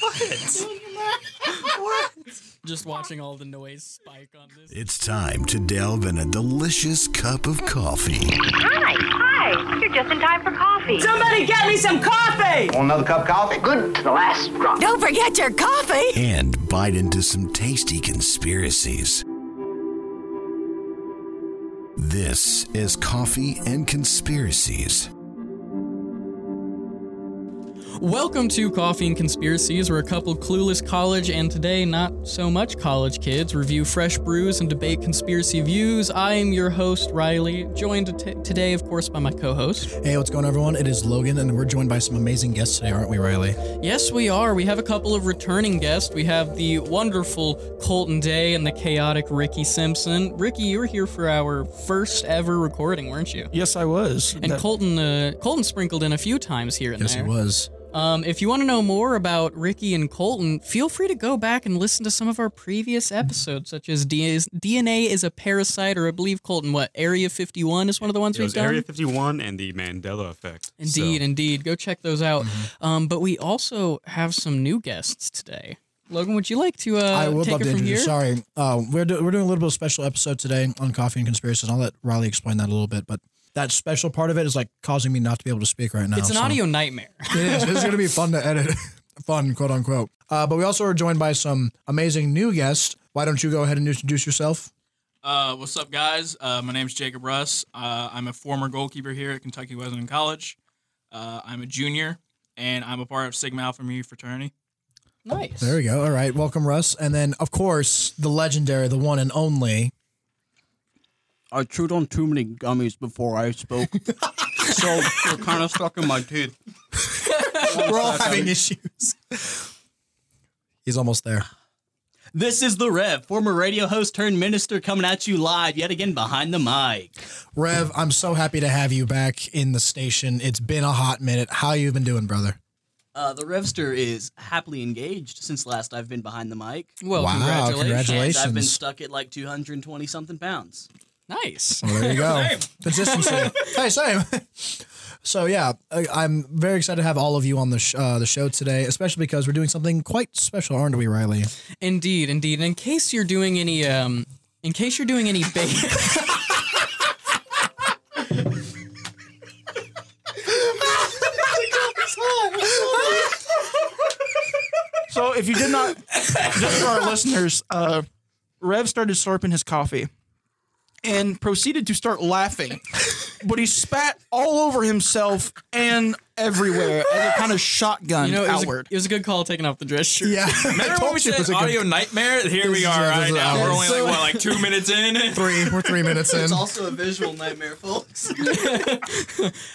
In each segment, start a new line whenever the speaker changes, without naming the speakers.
What? what? Just watching all the noise spike on this.
It's time to delve in a delicious cup of coffee
Hi, hi. You're just in time for coffee.
Somebody get me some coffee!
Want another cup of coffee?
Good to the last drop.
Don't forget your coffee.
and bite into some tasty conspiracies. This is Coffee and Conspiracies.
Welcome to Coffee and Conspiracies, where a couple clueless college and today not so much college kids review fresh brews and debate conspiracy views. I am your host, Riley, joined t- today, of course, by my co host.
Hey, what's going on, everyone? It is Logan, and we're joined by some amazing guests today, aren't we, Riley?
Yes, we are. We have a couple of returning guests. We have the wonderful Colton Day and the chaotic Ricky Simpson. Ricky, you were here for our first ever recording, weren't you?
Yes, I was.
And
That-
Colton, uh, Colton sprinkled in a few times here and
Yes,
there.
he was.
Um, if you want to know more about Ricky and Colton, feel free to go back and listen to some of our previous episodes, such as D- is- DNA is a Parasite, or I believe Colton, what, Area 51 is one of the ones
It
we've
was
done?
Area 51 and the Mandela Effect.
indeed,
So,
indeed. Go check those out.
Mm-hmm.
Um, but we also have some new guests today. Logan, would you like to uh,
I would
take
love
it
to
from here?
introduce. Sorry, uh, we're do- we're doing a little bit of special episode today on coffee and conspiracies. and I'll let Riley explain that a little bit, but that special part of it is like causing me not to be able to speak right now.
It's an
so-
audio nightmare.
It is. It's going to be fun to edit. fun, quote unquote. Uh, but we also are joined by some amazing new guests. Why don't you go ahead and introduce yourself?
Uh, what's up, guys? Uh, my name's Jacob Russ. Uh, I'm a former goalkeeper here at Kentucky Wesleyan College. Uh, I'm a junior, and I'm a part of Sigma Alpha Mu fraternity.
nice.
There we go. All right, welcome, Russ, and then of course the legendary, the one and only.
I chewed on too many gummies before I spoke. so they're kind of stuck in my teeth.
We're all having issues. He's almost there.
This is the Rev, former radio host turned minister, coming at you live yet again behind the mic.
Rev, I'm so happy to have you back in the station. It's been a hot minute. How you been doing, brother?
Uh, the Revster is happily engaged since last I've been behind the mic.
Well,
Wow,
congratulations.
congratulations.
And I've been
Congratulations.
stuck at like 220 something pounds.
Nice.
Well, there you go. Consistency. hey, same. So yeah, I, I'm very excited to have all of you on the sh- uh, the show today, especially because we're doing something quite special, aren't we, Riley?
Indeed, indeed. And in case you're doing any, um, in case you're doing any bait.
So if you did not, just for our listeners, uh, Rev started slurping his coffee and proceeded to start laughing, but he spat all over himself and everywhere as a kind of shotgun
You know, it was, a,
outward.
it was a good call taking off the dress shirt.
I
Remember when
told
we
you it was
said
a good-
audio nightmare? Here we
This is-
are
yeah, this
right
is
now.
ours.
We're only like what, like two minutes in.
three. We're three minutes in.
It's also a visual nightmare, folks.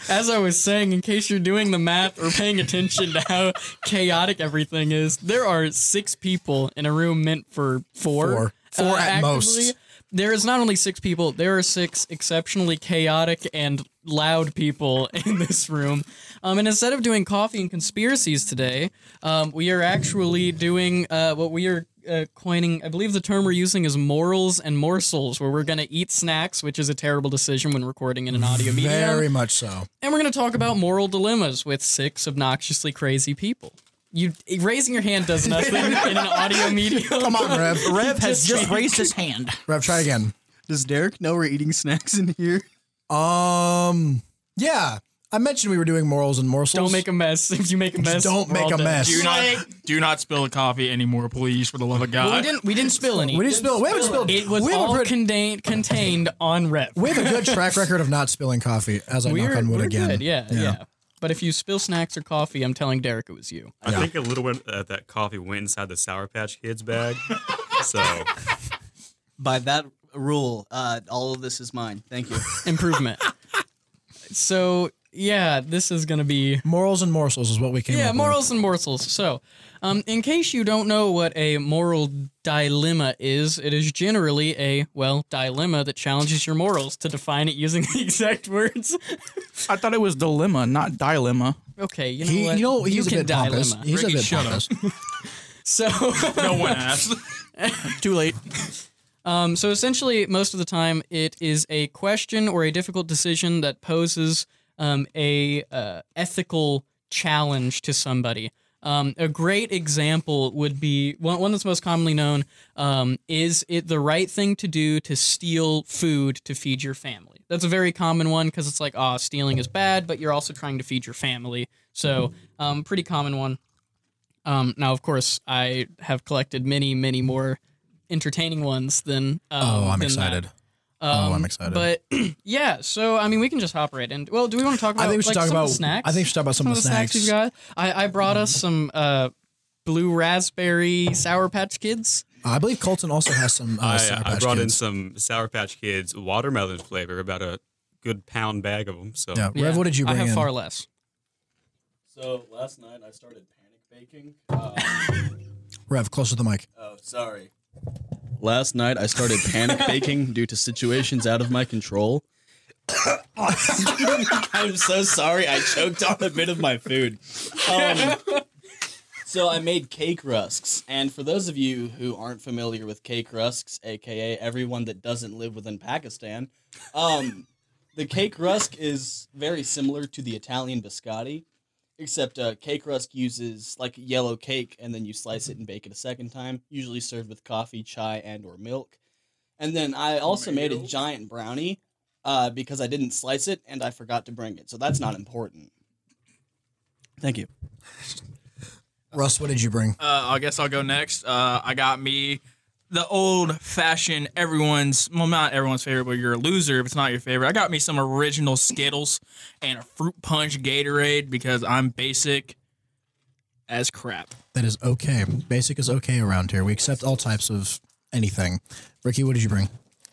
As I was saying, in case you're doing the math or paying attention to how chaotic everything is, there are six people in a room meant for four. Uh,
Four. Four at most.
There is not only six people, there are six exceptionally chaotic and loud people in this room. Um, and instead of doing coffee and conspiracies today, um, we are actually doing uh, what we are uh, coining, I believe the term we're using is morals and morsels, where we're going to eat snacks, which is a terrible decision when recording in an audio medium.
Very much so.
And we're going to talk about moral dilemmas with six obnoxiously crazy people. You raising your hand does nothing in an audio medium.
Come on, Rev.
Rev has just raised his hand.
Rev, try again.
Does Derek know we're eating snacks in here?
Um. Yeah, I mentioned we were doing morals and
Don't
morsels.
make a mess. If you make a mess,
Don't
we're
make
all
a
dead.
mess.
Do not, do not spill the coffee anymore, please, for the love of God.
Well, we didn't. We didn't spill any.
We didn't spill. We haven't spilled.
It was
we have a
all
pretty-
contained contained on rep.
We have a good track record of not spilling coffee, as I knock on wood
we're
again.
good. Yeah, yeah, But if you spill snacks or coffee, I'm telling Derek it was you.
I think a little bit of that coffee went inside the Sour Patch Kids bag. so,
By that rule, uh, all of this is mine. Thank you.
Improvement. so yeah, this is gonna be
Morals and morsels is what we came
Yeah,
up
morals and morsels. So, um, in case you don't know what a moral dilemma is, it is generally a, well, dilemma that challenges your morals to define it using the exact words.
I thought it was dilemma, not dilemma.
Okay, you
with.
know
He,
what?
you know, he's
you
a
can
bit pompous.
dilemma.
He's
Ricky,
a bit
shut
pompous.
So,
no one asked.
Too late.
Um, so essentially, most of the time, it is a question or a difficult decision that poses um, a uh, ethical challenge to somebody. Um, a great example would be one, one that's most commonly known um, is it the right thing to do to steal food to feed your family? That's a very common one because it's like, ah, stealing is bad, but you're also trying to feed your family. So, um, pretty common one. Um, now, of course, I have collected many, many more entertaining ones than. Um,
Oh, I'm
than that. Um,
excited. oh, I'm excited.
But yeah, so I mean, we can just hop right in. Well, do we want to talk about?
I think we should
like,
talk
some of
about
the snacks.
I think we should talk about some,
of the snacks.
snacks. Mm-hmm.
we've got. I, I brought us some uh, blue raspberry sour patch kids.
I believe Colton also has some uh, Sour
I, I
Patch
brought in
Kids.
some Sour Patch Kids watermelon flavor, about a good pound bag of them. So
Yeah. Rev, what did you
I
bring
have
in?
far less.
So last night I started panic baking. Uh,
Rev, closer to the mic.
oh, sorry. Last night I started panic baking due to situations out of my control. I'm so sorry. I choked on a bit of my food. Um, so I made cake rusks, and for those of you who aren't familiar with cake rusks, aka everyone that doesn't live within Pakistan, um, the cake rusk is very similar to the Italian biscotti, except uh, cake rusk uses like yellow cake, and then you slice it and bake it a second time. Usually served with coffee, chai, and or milk. And then I also made a giant brownie uh, because I didn't slice it and I forgot to bring it. So that's not important. Thank you.
Russ, what did you bring?
Uh, I guess I'll go next. Uh, I got me the old fashioned everyone's well, not everyone's favorite, but you're a loser if it's not your favorite. I got me some original Skittles and a fruit punch Gatorade because I'm basic as crap.
That is okay. Basic is okay around here. We accept all types of anything. Ricky, what did you bring?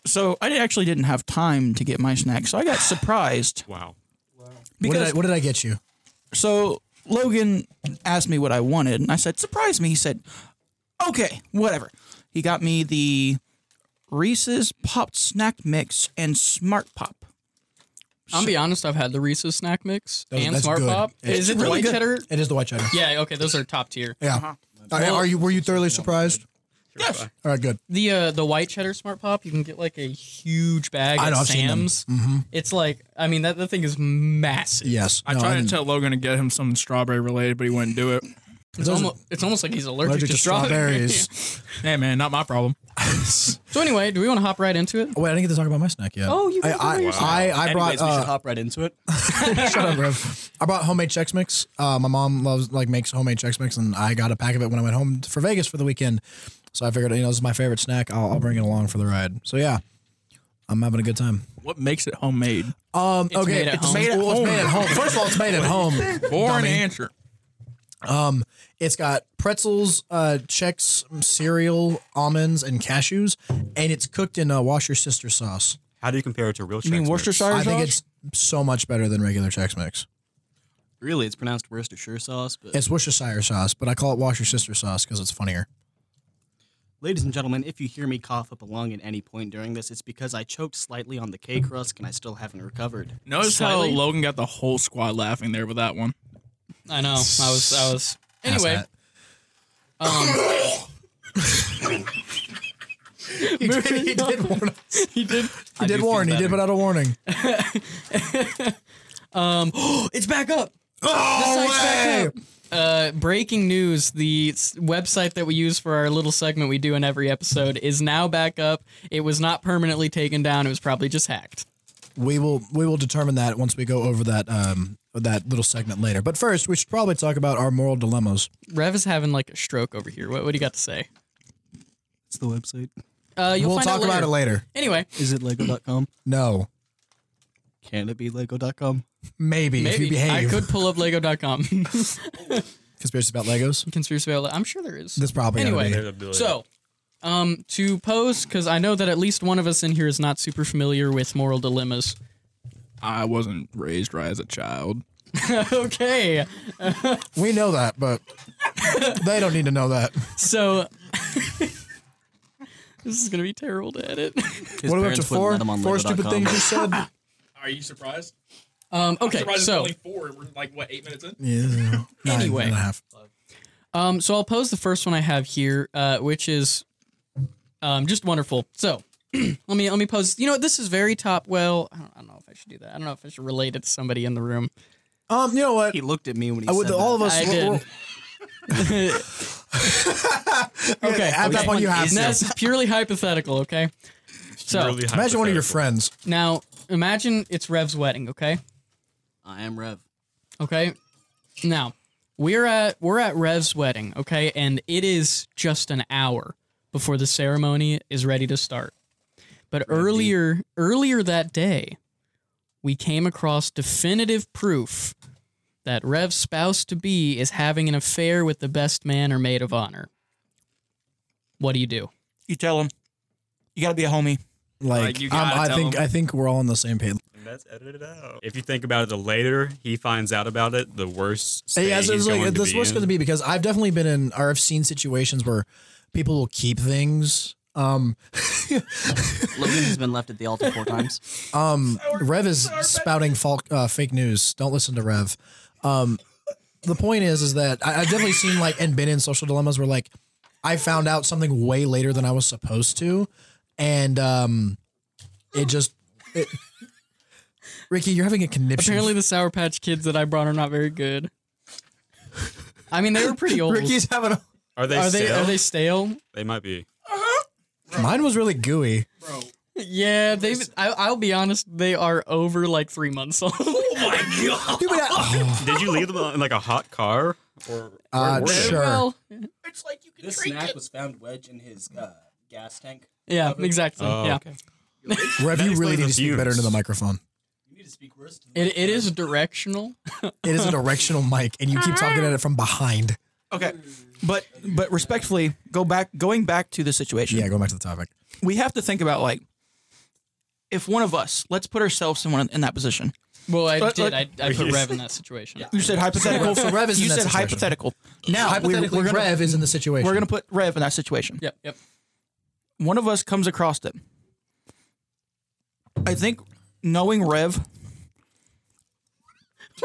So I actually didn't have time to get my snacks, so I got surprised
wow.
What did, I,
because
what did I get you?
so Logan asked me what I wanted, and I said surprise me. He said, "Okay, whatever." He got me the Reese's Popped Snack Mix and Smart Pop.
I'll be honest. I've had the Reese's snack mix
Those-
and
that's
Smart
good.
Pop.
It's
Is it the
really
white
good.
cheddar?
It is the white cheddar.
Yeah. Okay, those are top tier.
Yeah. All right, are you were you thoroughly surprised?
Yes.
All right, good.
The uh, the white cheddar Smart Pop. You can get like a huge bag
I
at
know, I've seen them. Mm-hmm.
Sam's. It's like I mean that that thing is massive.
Yes.
I
No,
tried to
didn't.
tell Logan to get him something strawberry related, but he wouldn't do it.
It's almost, it's almost like he's allergic,
allergic
to,
to strawberries.
Hey man, not my problem.
So anyway, do we want to hop right into it?
Oh, Wait, I didn't get to talk about my snack yet.
Oh, you
I
can talk about your
I, I, I brought
Anyways, we
uh,
should hop right into it.
Shut up, bro. I bought homemade Chex Mix. Uh, my mom loves like makes homemade Chex Mix, and I got a pack of it when I went home for Vegas for the weekend. So I figured, you know, this is my favorite snack. I'll, I'll bring it along for the ride. So yeah, I'm having a good time.
What makes it homemade?
Um, okay,
made at home.
well, it's made at home. First of all, it's made at home.
Boring answer.
It's got pretzels, uh, Chex cereal, almonds, and cashews, and it's cooked in uh, Wash Your Sister sauce.
How do you compare it to real?
You mean Worcestershire
I think
sauce?
it's so much better than regular Chex Mix.
Really, it's pronounced Worcestershire sauce, but
It's Worcestershire sauce, but I call it Wash Your Sister sauce because it's funnier.
ladies and gentlemen, if you hear me cough up a lung at any point during this, it's because I choked slightly on the cake rusk and I still haven't recovered.
Notice
Slightly.
how Logan got the whole squad laughing there with that one.
I know. I was. I was. Anyway,
That's
moving
that. he did warn.
he did.
He did warn. He did without a warning.
It's back up. Oh, back up. Uh, breaking news: The s- website that we use for our little segment we do in every episode is now back up. It was not permanently taken down. It was probably just hacked.
We will we will determine that once we go over that um that little segment later. But first, we should probably talk about our moral dilemmas.
Rev is having like a stroke over here. What What do you got to say?
It's the website.
Uh, you'll
we'll
find
talk
out
about
later.
it later.
Anyway,
Is it lego.com?
No,
Can it be lego.com?
maybe, if you
maybe I
behave.
could pull up Lego.com.
Conspiracy about Legos.
Conspiracy about. I'm sure there is.
That's probably gotta
anyway.
be.
So, um, to pose, because I know that at least one of us in here is not super familiar with moral dilemmas.
I wasn't raised right as a child.
okay,
We know that, but they don't need to know that.
so this is gonna be terrible to edit.
His
what about
parents
your
wouldn't
four
let him on
four stupid
lego.com.
things you said?
Are you surprised?
Um, okay,
Surprised it's
so
only four. We're like what eight minutes in?
yeah. Nine
Anyway.
and a half.
um, so I'll pose the first one I have here, uh, which is um, just wonderful. So. let me let me pose. You know what, this is very top. Well, I don't, I don't know if I should do that. I don't know if I should relate it to somebody in the room.
Um, you know what?
He looked at me when he
I would
said
all of
that.
us.
I
we're-
did.
we're-
Okay.
At that
okay.
point, you have
And
to.
That's purely hypothetical, okay? So
Really
Imagine one of your
hypothetical.
friends.
now imagine it's Rev's wedding, okay?
I am Rev.
Okay. Now, we're at we're at Rev's wedding, okay? And it is just an hour before the ceremony is ready to start. But earlier earlier that day, we came across definitive proof that Rev's spouse to be is having an affair with the best man or maid of honor. What do you do?
You tell him. You gotta be a homie.
Like,
you
um,
gotta
I
tell
think
them.
I think we're all on the same page.
And That's edited out. If you think about it, the later he finds out about it, the worse. State
Yeah, so
he's
it's like
going
this
to
was going to
in.
be because I've definitely been in or I've seen situations where people will keep things. Um,
Logan has been left at the altar four times.
um, Rev is spouting fal- uh, fake news. Don't listen to Rev. Um, the point is, is that I, I've definitely seen like and been in social dilemmas where like I found out something way later than I was supposed to, and um, it just. It, Ricky, you're having a conniption.
Apparently, the Sour Patch Kids that I brought are not very good. I mean, they were pretty old.
Ricky's having. A,
Are they?
are they
stale?
are they stale?
They might be.
mine was really gooey.
Yeah, they. I, I'll be honest, they are over like three months old.
Dude, but I-
Did you leave them in like a hot car? Or
Uh,
where were they?
sure.
Well,
It's like you can
This snack was found wedge in his uh, gas tank.
yeah, exactly.
Oh,
yeah,
okay.
Rev,
That
you really need
explains
to
the
speak better
fumes.
into the microphone.
You need to speak words to
it, it is directional.
It is a directional mic, and you keep talking at it from behind.
Okay. But but respectfully, go back going back to the situation.
Yeah, going back to the topic.
We have to think about like if one of us, let's put ourselves in one in that position.
Well, I
But,
did. I,
like-
I put Rev in that situation.
You said hypothetical.
So Rev is
you
in that
said
situation.
hypothetical. Now we're,
Hypothetically,
we're gonna
Rev is in the situation.
we're gonna put Rev in that situation.
Yep. Yep.
One of us comes across it. I think knowing Rev,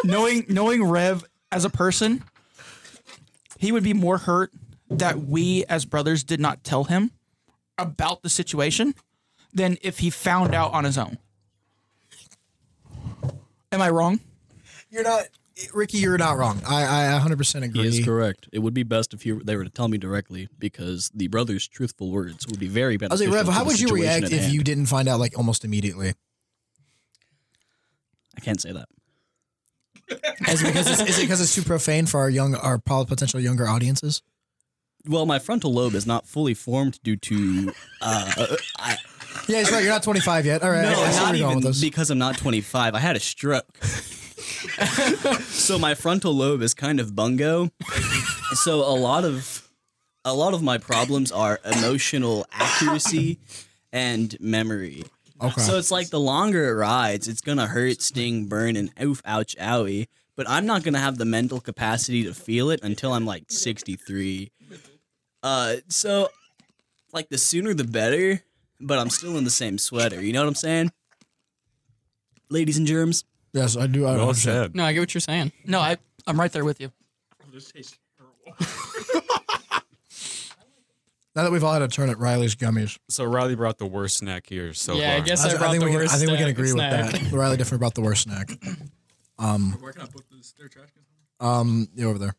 knowing knowing Rev as a person, he would be more hurt that we as brothers did not tell him about the situation than if he found out on his own. Am I wrong?
You're not, Ricky. You're not wrong. I, I 100% agree.
He is correct. It would be best if you, they were to tell me directly because the brother's truthful words would be very
I was
beneficial.
like, Rev,
to
how
the
would you
situation
react
at
if
hand.
you didn't find out like almost immediately?
I can't say that.
Is it because it's, is it because it's too profane for our young, our po- potential younger audiences?
Well, my frontal lobe is not fully formed due to uh, I,
Yeah, he's right. You're not 25 yet. All right, I, I see where
not
you're going
even
with this.
because I'm not 25. I had a stroke. so my frontal lobe is kind of bungo. so a lot of a lot of my problems are emotional accuracy and memory.
Okay.
So it's like the longer it rides, it's gonna hurt, sting, burn, and oof, ouch, owie. But I'm not gonna have the mental capacity to feel it until I'm like 63. Uh, so like the sooner the better. But I'm still in the same sweater. You know what I'm saying, ladies and germs?
yes, I do. I
Well
understand.
said.
No, I get what you're saying.
No, I I'm right there with you.
Now that we've all had a turn at Riley's gummies,
So Riley brought the worst snack here so
yeah,
far.
I guess I,
I
brought
think
the
we can, I
worst.
think we can
snack-
agree
snack.
with that. Riley definitely brought the worst snack.
Where can I book this? Their trash can?
Um, yeah, over there.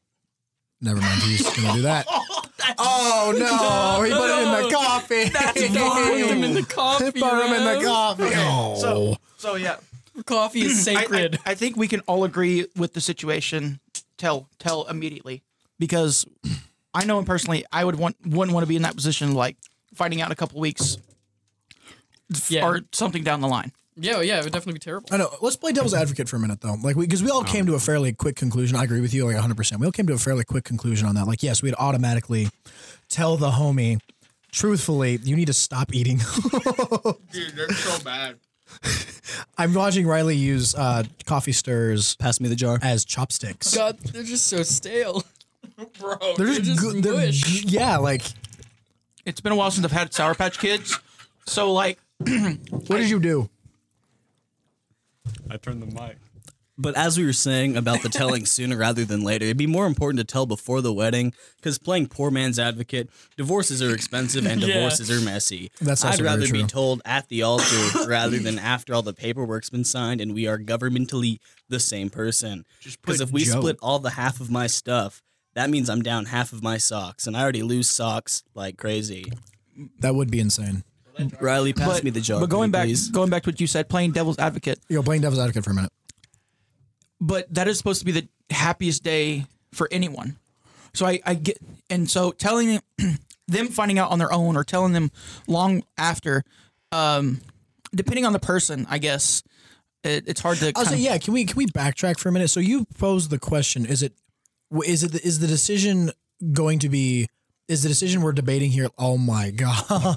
Never mind. He's gonna do that. oh no! He put it in the coffee. That's
Put them in the coffee. Rev.
coffee.
So so yeah.
coffee is
I- I,
sacred.
I, think we can all agree with the situation. Tell tell immediately because I know him personally. I would want wouldn't want to be in that position like finding out in a couple weeks f-
Yeah.
or something down the line.
yeah, yeah, it would definitely be terrible.
I know. Let's play devil's advocate for a minute, though. Like, because we, all came to a fairly quick conclusion. I agree with you, like 100. percent We all came to a fairly quick conclusion on that. Like, yes, we'd automatically tell the homie, truthfully, you need to stop eating.
Dude, they're so bad.
I'm watching Riley use uh, coffee stirrers
Pass me the jar.
as chopsticks.
God, they're just so stale, bro.
They're just,
good.
good. They're,
mush.
g- yeah, like.
It's been a while since I've had Sour Patch Kids, so like
What did you do?
I turned the mic.
But as we were saying about the telling sooner rather than later, it'd be more important to tell before the wedding because playing poor man's advocate, divorces are expensive and divorces are messy.
That's
I'd
also very
rather be
true.
told at the altar rather than after all the paperwork's been signed and we are governmentally the same person. Because if we
Joe.
split all the half of my stuff, that means I'm down half of my socks, and I already lose socks like crazy.
That would be insane.
Riley, pass me the jar.
But
please,
going back,
please.
going back to what you said, playing devil's advocate.
Yo, playing devil's advocate for a minute.
but that is supposed to be the happiest day for anyone. So I, I get, and so telling them finding out on their own or telling them long after, um, depending on the person, I guess it, it's hard to.
I was
kind
like,
of-
yeah. Can we can we backtrack for a minute? So you posed the question: Is it w- is it the, is the decision going to be? Is the decision we're debating here? Oh my god!
Okay,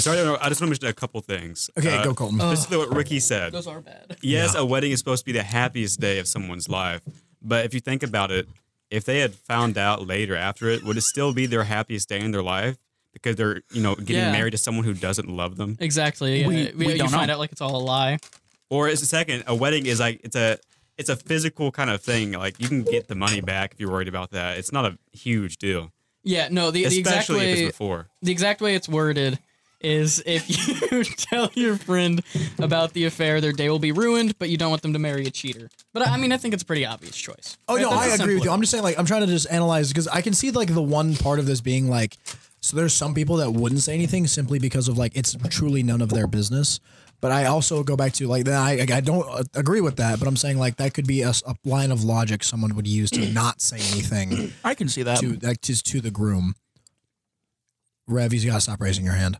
so I don't know. I just want to mention a couple things.
Okay, go, Colton.
This is what Ricky said. Those are bad. Yes, a wedding is supposed to be the happiest day of someone's life, but if you think about it, if they had found out later after it, would it still be their happiest day in their life? Because they're, you know, getting
Yeah.
married to someone who doesn't love them.
Exactly.
We-
yeah.
we
you
don't
find
know.
out like it's all a lie.
Or is second, a wedding is like it's a it's a physical kind of thing. Like you can get the money back if you're worried about that. It's not a huge deal,
Yeah, no, the, the exact
especially if
way
it's before.
the exact way it's worded is if you tell your friend about the affair, their day will be ruined, but you don't want them to marry a cheater. But I I mean, I think it's a pretty obvious choice.
Oh
Right?
no,
That's
I
a
agree with
simpler-
you. I'm just saying, like, I'm trying to just analyze because I can see like the one part of this being like, so there's some people that wouldn't say anything simply because of like it's truly none of their business. But I also go back to like that. I I don't uh, agree with that, but I'm saying like that could be a, s- a line of logic someone would use to not say anything
I can see that.
to like to, to the groom. Rev, you gotta stop raising your hand.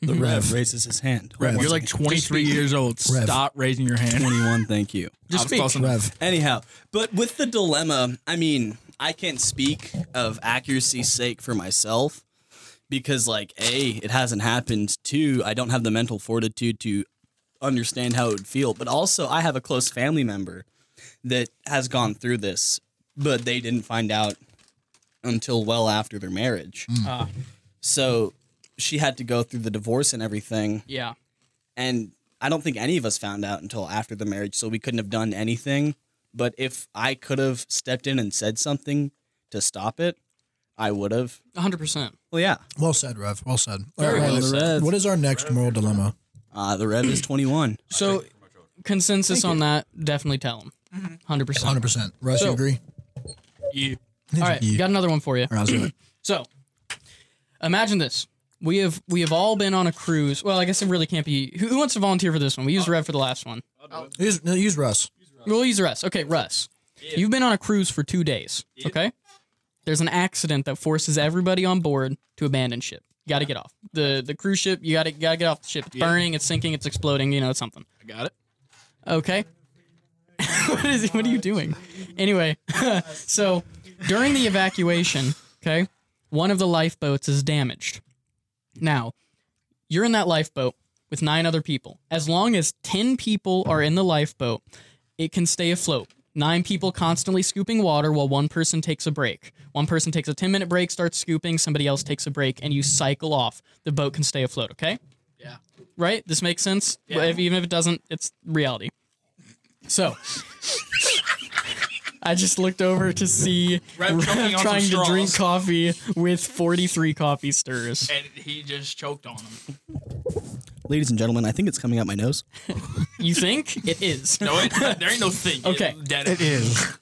the Rev raises his hand.
Rev.
You're like 23 years old. Stop raising your hand.
21, thank you.
Just speak.
Rev,
Anyhow, but with the dilemma, I mean, I can't speak of accuracy's sake for myself because, like, A, it hasn't happened. Two, I don't have the mental fortitude to understand how it would feel. But also, I have a close family member that has gone through this, but they didn't find out until well after their marriage.
Ah.
So she had to go through the divorce and everything
Yeah.
and I don't think any of us found out until after the marriage, so we couldn't have done anything. But if I could have stepped in and said something to stop it, I would have.
100%.
Well, yeah.
well said, Rev. Well said.
Very
All
well
Rev,
said.
What is our next moral dilemma?
Uh, the Rev is 21.
So, consensus on that, definitely tell them. 100%.
100. Mm-hmm. percent Russ, you
So-
agree?
You.
All right, got another one for you.
All right, let's do it.
So, imagine this. We have we have all been on a cruise. Well, I guess it really can't be. Who, who wants to volunteer for this one? We
Uh,
used Rev for the last one.
Use, no, use Russ.
We'll use Russ. Okay, Russ. You've been on a cruise for two days. Okay. There's an accident that forces everybody on board to abandon ship. You got to get off the the cruise ship. You got to got to get off the ship. It's burning. It's sinking. It's exploding. You know, it's something.
I got it.
Okay. what is what are you doing? Anyway, so during the evacuation, okay, one of the lifeboats is damaged. Now, you're in that lifeboat with nine other people. As long as 10 people are in the lifeboat, it can stay afloat. Nine people constantly scooping water while one person takes a break. One person takes a 10 minute break, starts scooping, somebody else takes a break, and you cycle off. The boat can stay afloat, okay? Yeah. Right? This makes sense? If- even if it doesn't, it's reality. So. I just looked over to see
Rev
Rev
choking on some
trying to
straws.
drink coffee with 43 coffee stirs.
And he just choked on him.
Ladies and gentlemen, I think it's coming out my nose.
You think? It is.
No, it, there ain't no thing.
Okay.
Dead.
It is.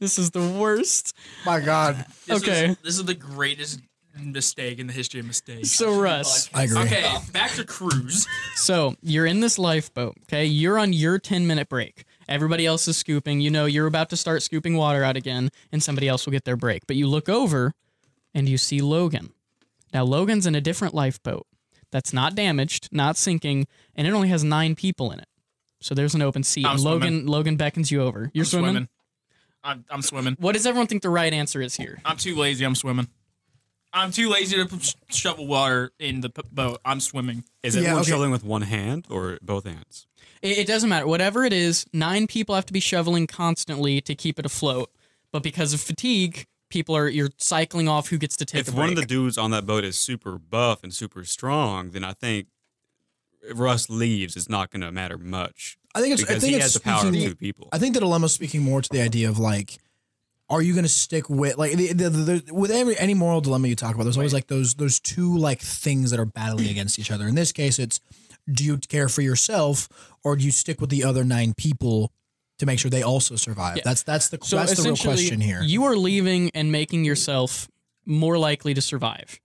This is the worst.
My God.
This
Okay.
Is, this is the greatest mistake in the history of mistakes.
So Russ,
I agree.
okay, back to cruise.
so you're in this lifeboat, okay? You're on your 10 minute break. Everybody else is scooping. You know you're about to start scooping water out again, and somebody else will get their break. But you look over and you see Logan. Now Logan's in a different lifeboat that's not damaged, not sinking, and it only has nine people in it. So there's an open seat.
I'm
and Logan Logan beckons you over. You're
I'm
swimming?
swimming. I'm, I'm swimming.
What does everyone think the right answer is here?
I'm too lazy. I'm swimming. I'm too lazy to p- shovel water in the p- boat. I'm swimming.
Is
Yeah,
everyone
okay.
shoveling with one hand or both hands?
It, it doesn't matter. Whatever it is, nine people have to be shoveling constantly to keep it afloat. But because of fatigue, people are you're cycling off who gets to take
if
a
one of the
break.
dudes on that boat is super buff and super strong, then I think if Russ leaves, it's not going to matter much.
I think it's.
because
I think
he
it's
has the power of
speaking-
two people.
I think the dilemma's speaking more to the idea of like, are you going to stick with like the, the, the, the- with every any moral dilemma you talk about? There's always like those those two like things that are battling against each other. In this case, it's do you care for yourself or do you stick with the other nine people to make sure they also survive. That's that's the
So
that's the real
essentially,
question here.
you are leaving and making yourself more likely to survive,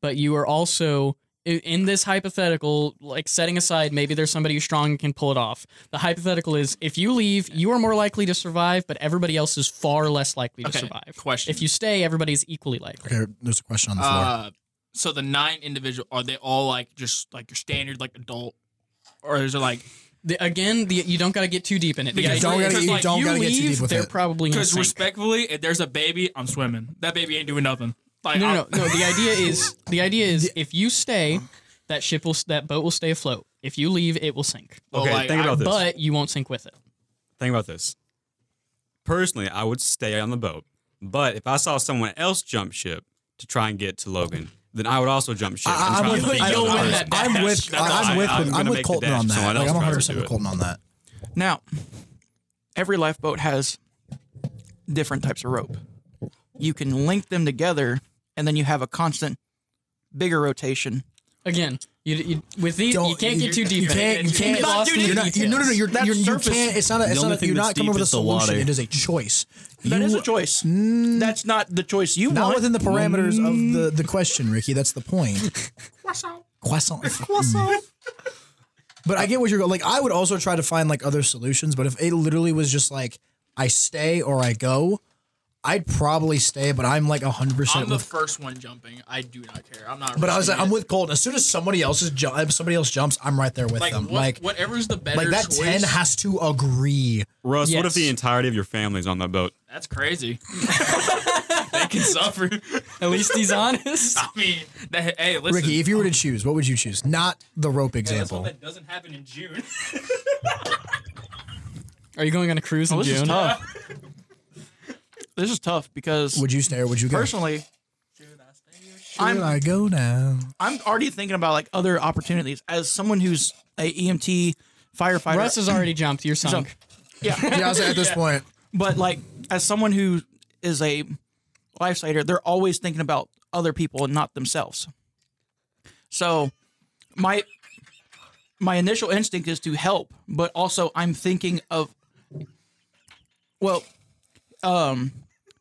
but you are also i- in this hypothetical, like setting aside maybe there's somebody who's strong and can pull it off. The hypothetical is if you leave, you are more likely to survive, but everybody else is far less likely to
Okay,
survive.
question.
If you stay, everybody's equally likely.
okay, there's a question on the floor.
Uh, so the nine individual are they all like just like your standard like adult, or is it like
The, again, the, you don't got to get too deep in it.
Because
Because
don't gotta-
if
you don't
you
gotta get too
leave,
deep with
they're
it.
probably gonna
because
sink.
respectfully, if there's a baby, I'm swimming. That baby ain't doing nothing. Like
No,
I'm-
no, no, no. The idea is the idea is if you stay, that ship will that boat will stay afloat. If you leave, it will sink.
Well,
okay,
like,
think
I-
about this.
But you won't sink with it.
think about this. Personally, I would stay on the boat, but if I saw someone else jump ship to try and get to Logan, then I would also jump ship. and
I,
try
am with,
to beat
I don't
the
win
person.
that
I'm
dash.
with,
That's
I'm
all.
with,
I'm
I'm,
gonna
with
make the
Colton
dash.
on
Someone
that. Like,
else
I'm
tries to
100 percent
do
with
it.
Colton on that.
Now, every lifeboat has different types of rope. You can link them together, and then you have a constant bigger rotation.
Again, you, you with these you can't get too deep.
You
in
can't.
it.
You can't.
get lost in
you're
the
not, you,
details.
no, no, no. You're,
That
you're, you
surface-
can't. It's not. A, it's
only
not. A,
thing
you're
that's
not coming
deep
up with a
is the
solution.
water.
It is a choice.
That
You-
is a choice. That's not the choice you
Not
want.
within the parameters of the, the question, Ricky. That's the point. Croissant. Croissant. But I get what you're going. Like, I would also try to find like other solutions. But if it literally was just like I stay or I go, I'd probably stay. But I'm like hundred
I'm
percent
the
with.
first one jumping. I do not care. I'm not.
But I was like,
risking
I'm
it.
with Colton. As soon as somebody else is ju- if somebody else jumps, I'm right there with
like
them.
what,
like,
whatever's the better
like that
choice.
ten has to agree.
Russ, what if the
Yes.
entirety of your family's on that boat?
that's crazy. they can suffer.
At least he's honest.
I mean, that, hey, listen.
Ricky, if you were to choose, what would you choose? Not the rope example.
that doesn't happen in June.
Are you going on a cruise in
this is
June?
tough. this is tough because
Would you stay or would you go?
personally,
I'm, I go now.
I'm already thinking about like other opportunities as someone who's a EMT firefighter.
Russ has already jumped. You're sunk.
Jump. yeah,
Yeah, I was like, at this point,
but like as someone who is a lifesaver, they're always thinking about other people and not themselves. So my my initial instinct is to help, but also I'm thinking of well, um,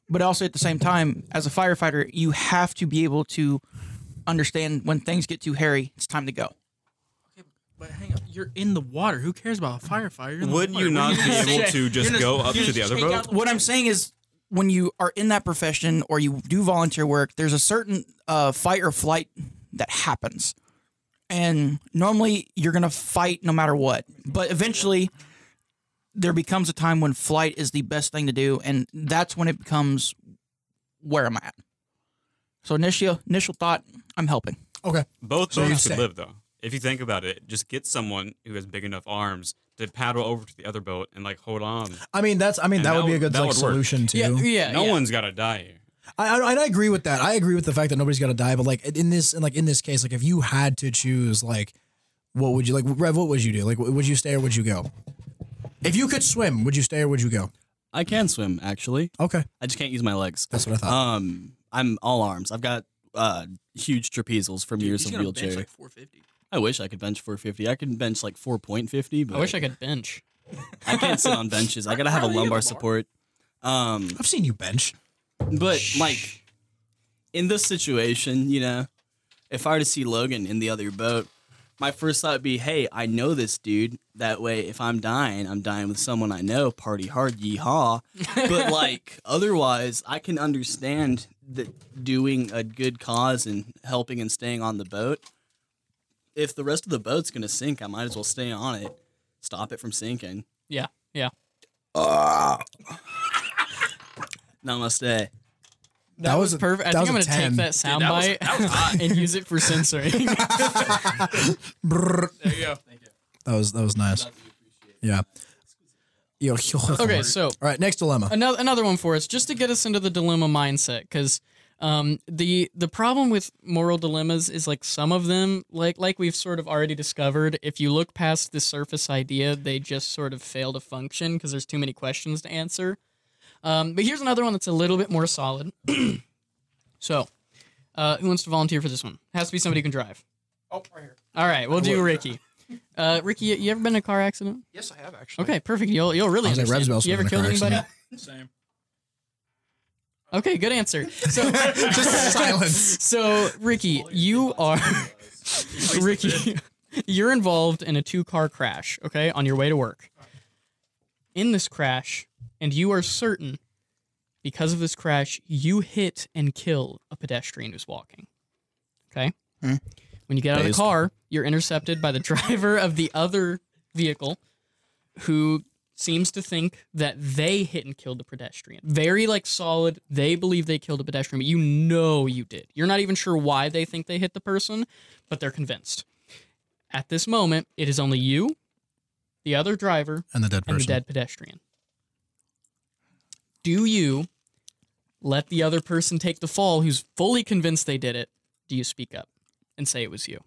but also at the same time, as a firefighter, you have to be able to understand when things get too hairy, it's time to go.
But hang on, you're in the water. Who cares about a firefighter? You're in the
Wouldn't
water.
you
What
not
are
be
gonna
able
say?
to just
You're
go
gonna-
up
you're
to the
gonna
other
take
boat?
out the-
what I'm saying is when you are in that profession or you do volunteer work, there's a certain uh, fight or flight that happens. And normally you're going to fight no matter what. But eventually there becomes a time when flight is the best thing to do. And that's when it becomes where am I at? So initial initial thought, I'm helping.
okay.
Both
So you
boats
stay.
could live though. If you think about it, just get someone who has big enough arms to paddle over to the other boat and like hold on.
I mean, that's. I mean,
And
that,
that
would be a
would-
good
that
like
would work.
solution too.
Yeah, yeah.
no
yeah.
one's got to die here.
I, I, I agree with that. I agree with the fact that nobody's got to die. But like in this, and like in this case, like if you had to choose, like what would you like, Rev? What would you do? Like, w- would you stay or would you go? If you could swim, would you stay or would you go?
I can swim actually.
Okay,
I just can't use my legs.
that's what I thought.
Um, I'm all arms. I've got uh huge trapezials from years
He's
of
gonna bench,
wheelchair.
like 450.
I wish I could bench 450. I can bench like 4.50, but
I wish I could bench.
I can't sit on benches. I gotta have a lumbar support. Um,
I've seen you bench.
but like in this situation, you know, if I were to see Logan in the other boat, my first thought would be, "Hey, I know this dude. That way, if I'm dying, I'm dying with someone I know. Party hard, yeehaw!" but like otherwise, I can understand that doing a good cause and helping and staying on the boat. If the rest of the boat's gonna sink, I might as well stay on it. Stop it from sinking.
Yeah, yeah.
Namaste.
That, was, a-
Perfect. I
that
think I'm gonna
was a 10.
take that sound
that was-
bite and use it for censoring.
There you go. Thank you.
That was that was nice. Yeah. Yo,
okay, so
All right, next dilemma.
another another one for us, just to get us into the dilemma mindset, because um, the the problem with moral dilemmas is like some of them, like like we've sort of already discovered, if you look past the surface idea, they just sort of fail to function because there's too many questions to answer. Um, but here's another one that's a little bit more solid. so, uh, who wants to volunteer for this one? Has to be somebody who can drive. Oh, right here. All right, we'll do Ricky. Uh, Ricky, you, you ever been in a car accident?
Yes, I have actually.
Okay, perfect. You'll you'll really
I was at
understand.
Revsville, so
you ever
in a car
killed anybody?
accident.
Same.
Okay, good answer. So
Just silence.
so Ricky, you are Ricky. You're involved in a two-car crash, okay, on your way to work. In this crash, and you are certain because of this crash, you hit and kill a pedestrian who's walking. Okay? When you get out of the car, you're intercepted by the driver of the other vehicle who seems to think that they hit and killed a pedestrian. Very like solid. They believe they killed a pedestrian, but you know you did. You're not even sure why they think they hit the person, but they're convinced. At this moment, it is only you, the other driver,
And the dead person.
and the dead pedestrian. Do you let the other person take the fall who's fully convinced they did it? Do you speak up and say it was you?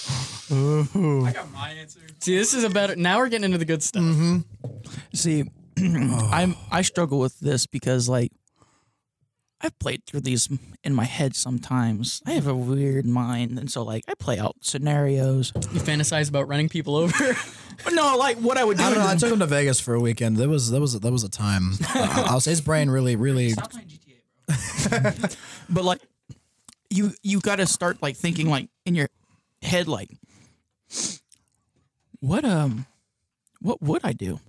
I got my answer.
See, this is a better. Now we're getting into the good stuff.
See, I'm I struggle with this because like I've played through these in my head sometimes. I have a weird mind, and so like I play out scenarios.
You fantasize about running people over.
But no, like what I would do.
I don't know. I
is-
took him to Vegas for a weekend. That was that was that was a time. I- I'll say his brain really really.
But like you you got to start like thinking like in your head like what um what would I do?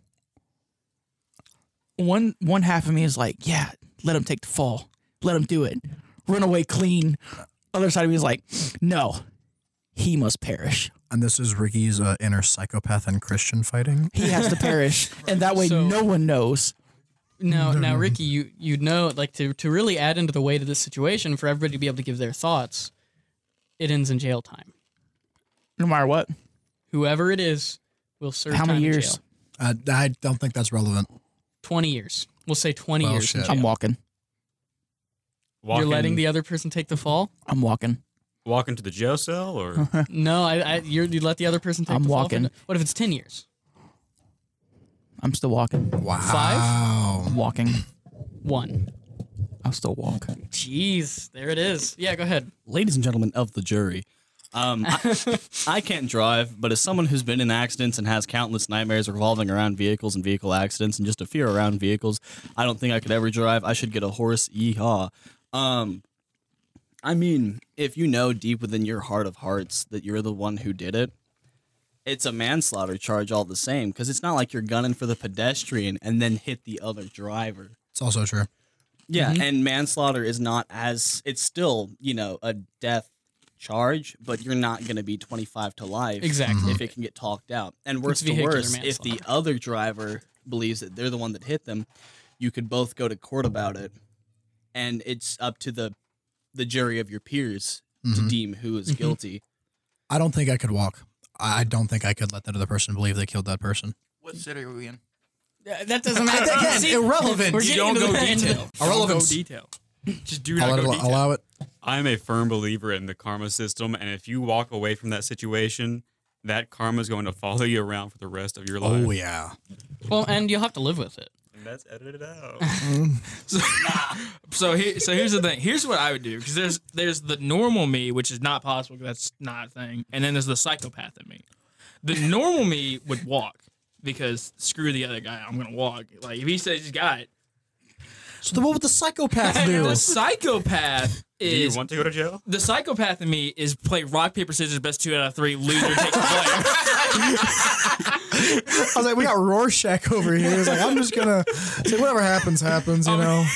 One one half of me is like, yeah, let him take the fall. Let him do it. Run away clean. Other side of me is like, no. He must perish.
And this is Ricky's uh, inner psychopath and Christian fighting.
He has to perish, and that way
So-
no one knows.
now, now, Ricky, you you know, like to to really add into the weight of this situation for everybody to be able to give their thoughts. It ends in jail time.
No matter what,
Whoever it is will serve
how many
time in
years?
jail.
I, Uh, I don't think that's relevant.
Twenty years. We'll say twenty
Well,
years. in
shit.
jail.
I'm walking.
Walking,
You're letting the other person take the fall.
I'm walking.
walking to the jail cell or
No, I, I you're, you let the other person take
I'm
the fall for
walking.
no- What if it's ten years?
I'm still walking.
Wow.
I'm walking.
One.
I'll still walk.
Jeez, there it is. Yeah, go ahead.
ladies and gentlemen of the jury. Um, I, I can't drive, but as someone who's been in accidents and has countless nightmares revolving around vehicles and vehicle accidents and just a fear around vehicles, I don't think I could ever drive. I should get a horse. Yeehaw. Um, I mean, if you know deep within your heart of hearts that you're the one who did it, it's a manslaughter charge all the same because it's not like you're gunning for the pedestrian and then hit the other driver.
It's also true.
Yeah, and manslaughter is not as it's still, you know, a death charge, but you're not going to be 25 to life
Exactly.
if it can get talked out. And worse to
vehicular
worse, if the
manslaughter.
other driver believes that they're the one that hit them, you could both go to court about it, and it's up to the the jury of your peers to deem who is guilty.
I don't think I could walk. I I don't think I could let that other person believe they killed that person.
what city are we in?
Uh, That doesn't matter. See,
irrelevant.
we're getting
Don't
into
go
the end.
detail. Don't go
Irrelevance.
detail. Just do
I'll
not
let
go
it,
detail.
allow it.
I'm a firm believer in the karma system, and if you walk away from that situation, that karma is going to follow you around for the rest of your life.
Oh yeah.
Well, and you'll have to live with it.
And that's edited out.
So here, so here's the thing. Here's what I would do because there's there's the normal me, which is not possible 'cause that's not a thing, and then there's the psychopath in me. The normal me would walk because screw the other guy, I'm gonna walk. Like if he says he's got it,
So then what would the psychopath
and
do?
the psychopath
Do you
is
want to go to jail?
the psychopath in me is play rock paper scissors best two out of three loser takes the blame.
I was like, we got Rorschach over here. He's like, I'm just gonna say whatever happens, happens. You know.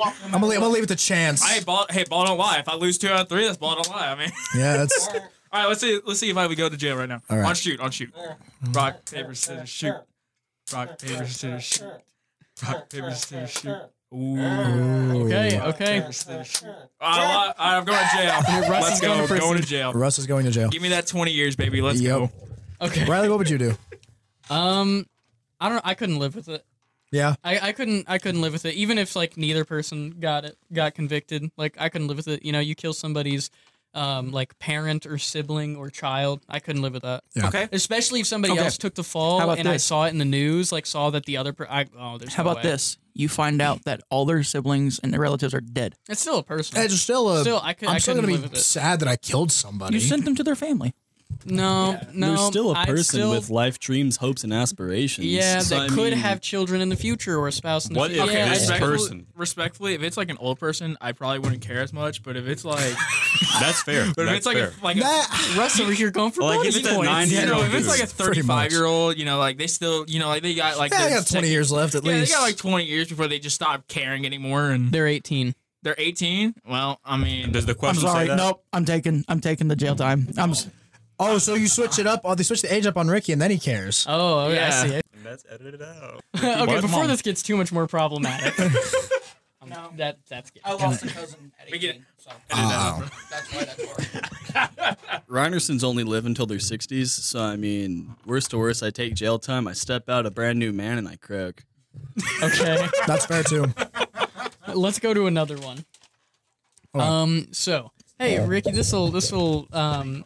I'm gonna, leave, I'm gonna leave it to chance.
Hey ball, hey ball don't lie. If I lose two out of three, that's ball don't lie. I mean,
yeah, that's
all right, let's see let's see if I would go to jail right now.
right.
On shoot, on shoot. Rock paper scissors shoot. Rock paper scissors shoot. Rock paper scissors shoot.
Okay, okay.
I, I, I'm going to jail.
Russ
Let's
is going
go.
to prison.
Going to jail.
Russ is going to jail.
Give me that 20 years, baby. Let's
Yep.
go.
Okay.
Riley, what would you do?
Um, I don't. I couldn't live with it.
Yeah.
I, I couldn't I couldn't live with it. Even if like neither person got it got convicted, like I couldn't live with it. You know, you kill somebody's um, like parent or sibling or child. I couldn't live with that.
Yeah.
Okay.
Especially if somebody
Okay.
else took the fall
How about
and I
this?
saw it in the news, like saw that the other. Per- I, oh, there's
How
no
about
way.
this? You find out that all their siblings and their relatives are dead.
It's still a person.
It's still a.
Still, I could-
I'm
I
still
couldn't
gonna
live
be
with it.
sad that I killed somebody.
You sent them to their family.
no, no.
There's still a
I'd
person
still-
with life, dreams, hopes, and aspirations.
Yeah,
So,
that
I
could
mean,
have children in the future or a spouse in the
What
future.
if
yeah,
this
I-
respectfully-
person-
Respectfully, if it's like an old person, I probably wouldn't care as much. But if it's like,
That's fair.
but if
That's
it's like
fair.
a, like a,
Russ over here going for
Like,
bonus
if it's a
points.
nine-
you know, if it's like a
Pretty much.
thirty-five year old, you know, like they still, you know, like they got like
yeah, I
their
got 20
sec-
years left at
Yeah,
least.
they got like twenty years before they just stop caring anymore, and
They're 18.
they're eighteen. Well, I mean,
Does the
I'm
question
sorry.
say that?
Nope. Oh, I'm taking. I'm taking the jail time. I'm. s-
oh, so you switch it up? Oh, they switch the age up on Ricky, and then he cares.
Oh, okay,
Yeah.
I see.
That's edited out.
okay,
What?
before this gets too much more problematic. Um, That that's good.
lost a cousin. At
We get-
18, so
Oh.
that's why that's hard.
Reinersons only live until their 60s, so I mean, worst to worst, I take jail time, I step out a brand new man, and I croak.
Okay,
That's fair too.
let's go to another one. Um, so hey, Ricky, this will this will um,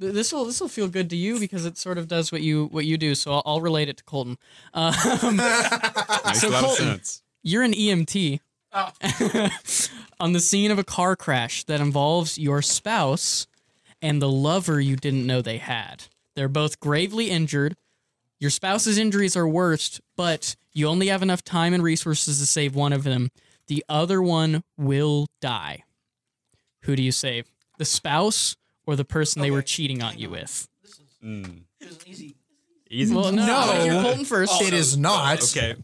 th- this will this will feel good to you because it sort of does what you what you do. So I'll, I'll relate it to Colton. Um,
Makes
So
a lot of
Colton-
sense.
you're an EMT on the scene of a car crash that involves your spouse and the lover you didn't know they had. They're both gravely injured. Your spouse's injuries are worst, but you only have enough time and resources to save one of them. The other one will die. Who do you save? The spouse or the person they were cheating on you with?
Mm.
Easy.
Well, no, Oh, I wanna hear Colton first.
It is not.
oh, Okay.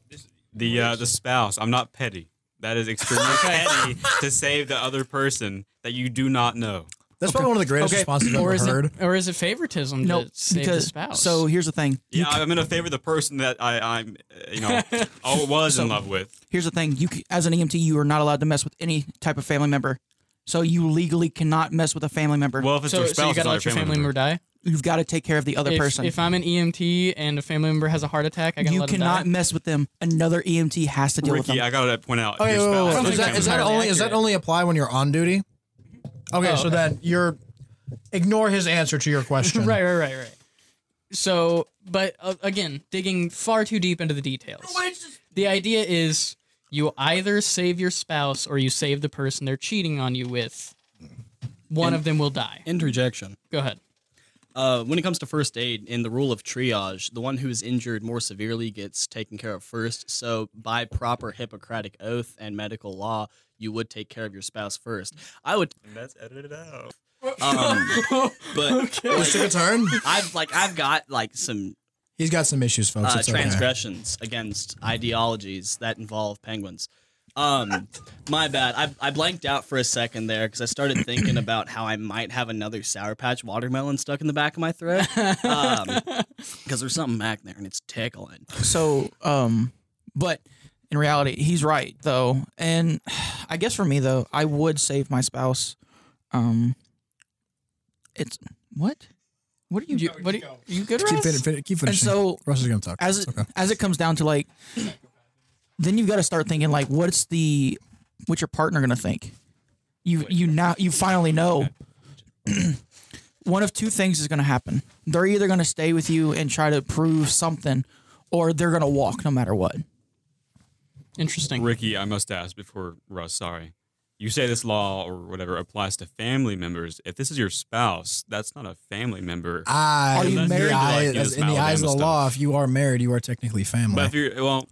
The uh, the spouse. I'm not petty. That is extremely petty to save the other person that you do not know.
That's probably one of the greatest
Okay.
responses I've
Or
ever
is
heard.
it or is it favoritism
Nope.
to save the
because
spouse?
so here's the thing.
Yeah, I'm gonna favor the person that I, I'm, uh, you know, oh, was in love with.
here's the thing you c- as an emt you are not allowed to mess with any type of family member so you legally cannot mess with a family member
Well, if it's
so,
your
so
spouse,
you
it's
gotta
not
let your family member die.
you've got to take care of the other
if,
person
If I'm an EMT and a family member has a heart attack, I gotta
you
let
cannot
them die.
mess with them another emt has to deal with
Ricky,
them
I gotta point out.
Okay,
your
Oh, wait, wait,
spouse
wait.
is
Is that, is that
entirely
only is that
accurate.
only apply when you're on duty? Okay,
Oh,
so
okay.
then you're ignore his answer to your question.
Right, right, right, right. So, but uh, again, digging far too deep into the details. The idea is you either save your spouse or you save the person they're cheating on you with. One of them will die.
Interjection.
Go ahead.
Uh, when it comes to first aid, in the rule of triage, the one who is injured more severely gets taken care of first. So, by proper Hippocratic oath and medical law, you would take care of your spouse first. I would.
That's edited out.
Um, but
He took a turn.
I've like I've got like some
He's got some issues, folks.
uh,
it's okay.
transgressions against ideologies that involve penguins. Um, my bad. I, I blanked out for a second there because I started thinking about how I might have another Sour Patch watermelon stuck in the back of my throat because there's something back there and it's tickling.
so um but in reality he's right though and i guess for me though i would save my spouse um it's what what are you,
You,
doing?
what do you, you good, Russ?
Keep, fin- fin- keep
and
finishing.
so
Russ is gonna talk.
as
It's
it,
okay.
as it comes down to like then you've got to start thinking like what's the what's your partner gonna think you you now you finally know one of two things is gonna happen they're either gonna stay with you and try to prove something or they're gonna walk no matter what
Interesting.
Ricky, I must ask before Russ. Sorry, you say this law or whatever applies to family members. If this is your spouse, that's not a family member.
I,
Are you
in the
married?
eye-
Like,
as-
use
in the eyes of the
Alabama
law, if you are married, you are technically family.
but if you're well,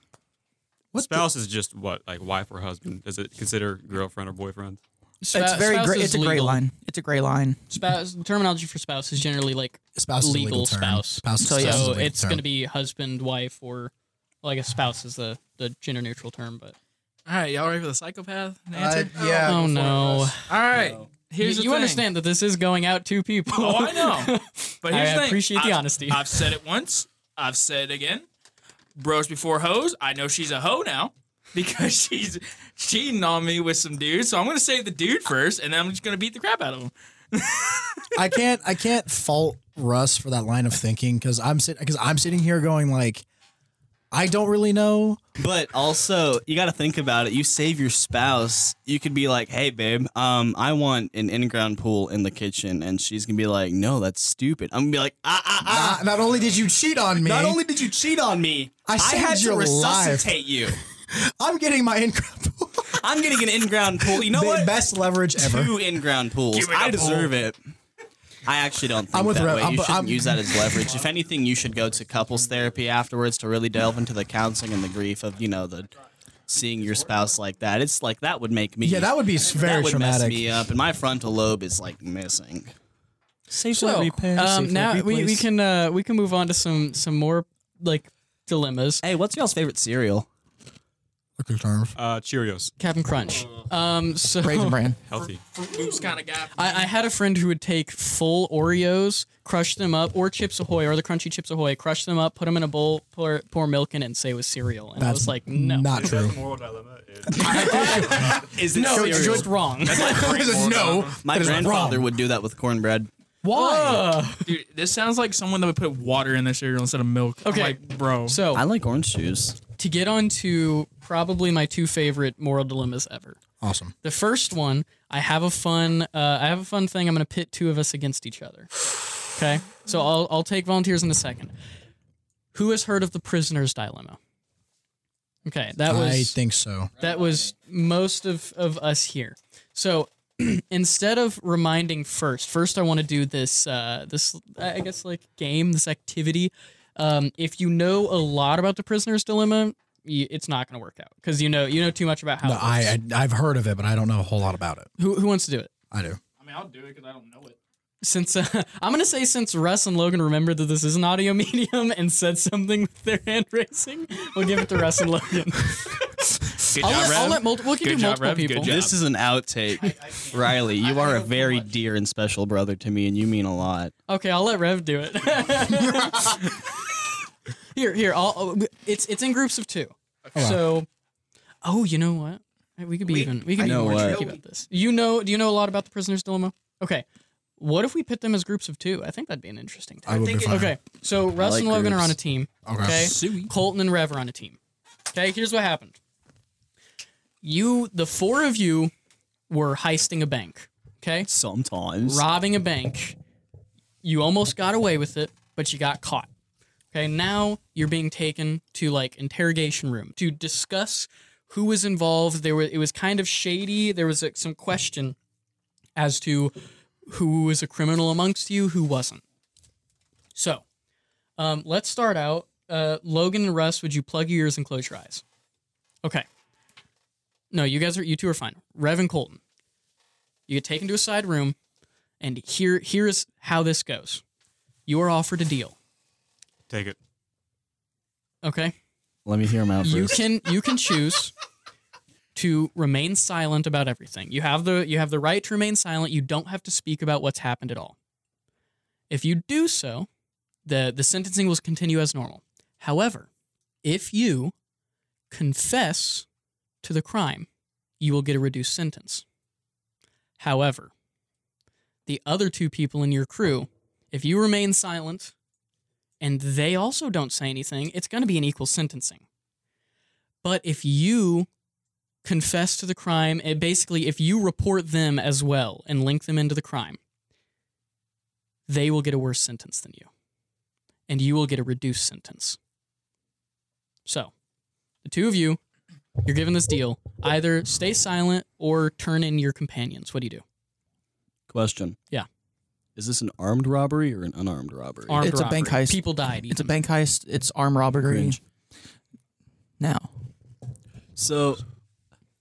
What the-
spouse is just what like wife or husband. Does it consider girlfriend or boyfriend?
Spou-
it's very
spouse
gray,
is
it's a gray
legal.
line it's a gray line
Spouse terminology for spouse is generally like
spouse is a
legal
legal term.
spouse.
Spouse is-
So,
spouse
yeah.
is a
So
legal
it's
term.
going to be husband, wife, or well, I guess spouse is the, the gender neutral term, but
all right, y'all ready for the psychopath
Uh,
answer?
yeah.
oh no.
All right,
you
here's the
you
thing.
understand that this is going out to people.
Oh, I know. But
I
here's the thing.
appreciate the
I've-
honesty.
I've said it once. I've said it again. Bros before hoes. I know she's a hoe now because she's cheating on me with some dude. So I'm gonna save the dude first, and then I'm just gonna beat the crap out of him.
I can't I can't fault Russ for that line of thinking because I'm sitting because I'm sitting here going like I don't really know.
But also, you got to think about it. You save your spouse. You could be like, "Hey, babe, um, I want an in-ground pool in the kitchen," and she's gonna be like, "No, that's stupid." I'm gonna be like, "Ah, ah, ah."
Not, not only did you cheat on me,
Not only did you cheat on me,
I
I,
saved
had to
your life.
resuscitate you.
I'm getting my incredible
I'm getting an in-ground pool. You know
the
what?
best leverage ever.
Two in-ground pools. I deserve it. I actually don't think
I'm with
that
Rev-
way.
I'm-
you shouldn't
I'm-
use that as leverage. if anything, you should go to couples therapy afterwards to really delve into the counseling and the grief of you know the seeing your spouse like that. It's like that would make me
Yeah, that would be s- very
that would mess
traumatic.
me up, and my frontal lobe is like missing.
So um, now we, we can uh, we can move on to some some more like dilemmas.
Hey, what's y'all's favorite cereal?
Look at terms.
Uh, Cheerios,
Captain Crunch.
Oh.
Um, so
Raisin Bran.
healthy.
Loops kind of guy.
I, I had a friend who would take full Oreos, crush them up, or Chips Ahoy, or the crunchy Chips Ahoy, crush them up, put them in a bowl, pour, pour milk in it, and say it was cereal. And I was like, no,
Not true.
Moral dilemma.
Is it
no, it's just wrong.
no.
My
that is wrong.
grandfather would do that with cornbread.
Dude, this sounds like someone that would put water in their cereal instead of milk. I'm
Okay.
like, bro.
So
I like orange juice.
to get on to probably my two favorite moral dilemmas ever.
Awesome.
The first one, I have a fun, uh, I have a fun thing. I'm gonna pit two of us against each other. Okay, so I'll I'll take volunteers in a second. Who has heard of the prisoner's dilemma? Okay, that was
I think so.
that was most of, of us here. So instead of reminding first, first I want to do this uh, this I guess like game, this activity. Um, if you know a lot about the prisoner's dilemma, y- it's not going to work out because you know you know too much about how.
No,
it works.
I, I I've heard of it, but I don't know a whole lot about it.
who who wants to do it?
I do.
I mean, I'll do it because I don't know it.
Since uh, I'm gonna say since Russ and Logan remembered that this is an audio medium and said something with their hand raising, we'll give it to Russ and Logan.
Good
I'll,
job,
let, I'll
Rev.
let multiple. We can
Good
do
job,
multiple
Rev. Good
people.
job.
This is an outtake. Riley, you are a very dear and special brother to me, and you mean a lot.
Okay, I'll let Rev do it. here, here. I'll, oh, it's it's in groups of two. So, oh, you know what? We could be even. We could be
know
more
what.
tricky about this. You know? Do you know a lot about the prisoner's dilemma? Okay. What if we pit them as groups of two? I think that'd be an interesting.
I
Time.
would be fine.
Okay. So Russ
like
and Logan are
groups.
on a team. Okay. Colton and Rev are on a team. Okay. Here's what happened. You, the four of you, were heisting a bank. Okay
Sometimes.
robbing a bank. You almost got away with it, but you got caught. Okay, now you're being taken to like interrogation room to discuss who was involved. There were it was kind of shady. There was like, some question as to who was a criminal amongst you, who wasn't. So, um, let's start out. Uh, Logan and Russ, would you plug your ears and close your eyes? Okay. No, you guys are you two are fine. Rev and Colton, you get taken to a side room and here here's how this goes. You are offered a deal.
Take it.
Okay?
Let me hear him out
You
first.
can you can choose to remain silent about everything. You have the you have the right to remain silent. You don't have to speak about what's happened at all. If you do so, the the sentencing will continue as normal. However, if you confess to the crime, you will get a reduced sentence. However, the other two people in your crew, if you remain silent and they also don't say anything, it's going to be an equal sentencing. But if you confess to the crime, and basically, if you report them as well and link them into the crime, they will get a worse sentence than you. And you will get a reduced sentence. So, the two of you, you're given this deal. Either stay silent or turn in your companions. What do you do?
Question.
Yeah.
Is this an armed robbery or an unarmed robbery?
Armed
It's a bank
robbery.
heist.
People died.
It's a
even.
bank heist. It's armed robbery.
Cringe.
Now,
So,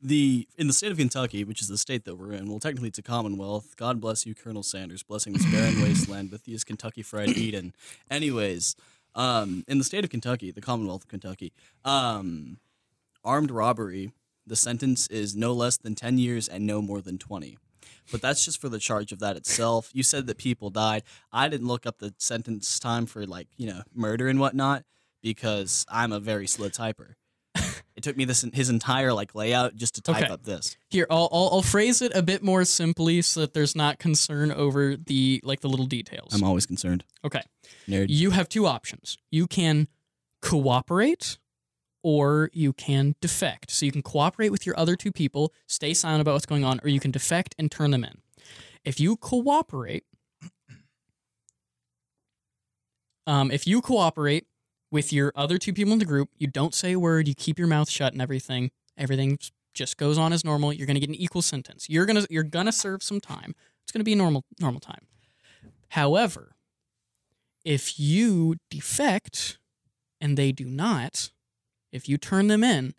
the in the state of Kentucky, which is the state that we're in, well, technically it's a commonwealth. God bless you, Colonel Sanders, blessing this barren wasteland with his Kentucky Fried Eden. Anyways, um, in the state of Kentucky, the Commonwealth of Kentucky, um, armed robbery, the sentence is no less than ten years and no more than twenty. But that's just for the charge of that itself. You said that people died. I didn't look up the sentence time for like you know murder and whatnot because I'm a very slow typer. It took me this his entire like layout just to type
Okay.
up this.
Here, I'll, I'll I'll phrase it a bit more simply so that there's not concern over the like the little details.
I'm always concerned.
okay.
Nerd.
You have two options. You can cooperate or you can defect. So you can cooperate with your other two people, stay silent about what's going on, or you can defect and turn them in. If you cooperate, um, if you cooperate with your other two people in the group, you don't say a word, you keep your mouth shut and everything, everything just goes on as normal. You're gonna get an equal sentence. You're gonna you're gonna serve some time. It's gonna be a normal normal time. However, if you defect and they do not, if you turn them in,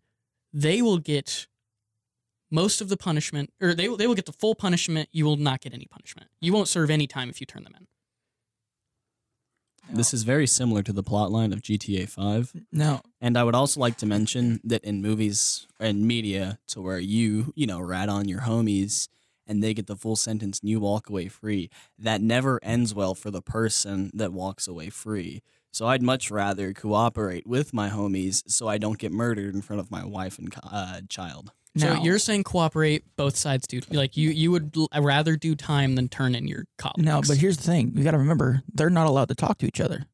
they will get most of the punishment, or they will, they will get the full punishment. You will not get any punishment. You won't serve any time if you turn them in.
This is very similar to the plot line of GTA 5.
Now,
And I would also like to mention that in movies and media, to where you, you know, rat on your homies and they get the full sentence and you walk away free, that never ends well for the person that walks away free. So I'd much rather cooperate with my homies so I don't get murdered in front of my wife and co- uh, child.
So
now-
you're saying cooperate both sides do like you you would l- rather do time than turn in your colleagues.
No, but here's the thing: we got to remember they're not allowed to talk to each other.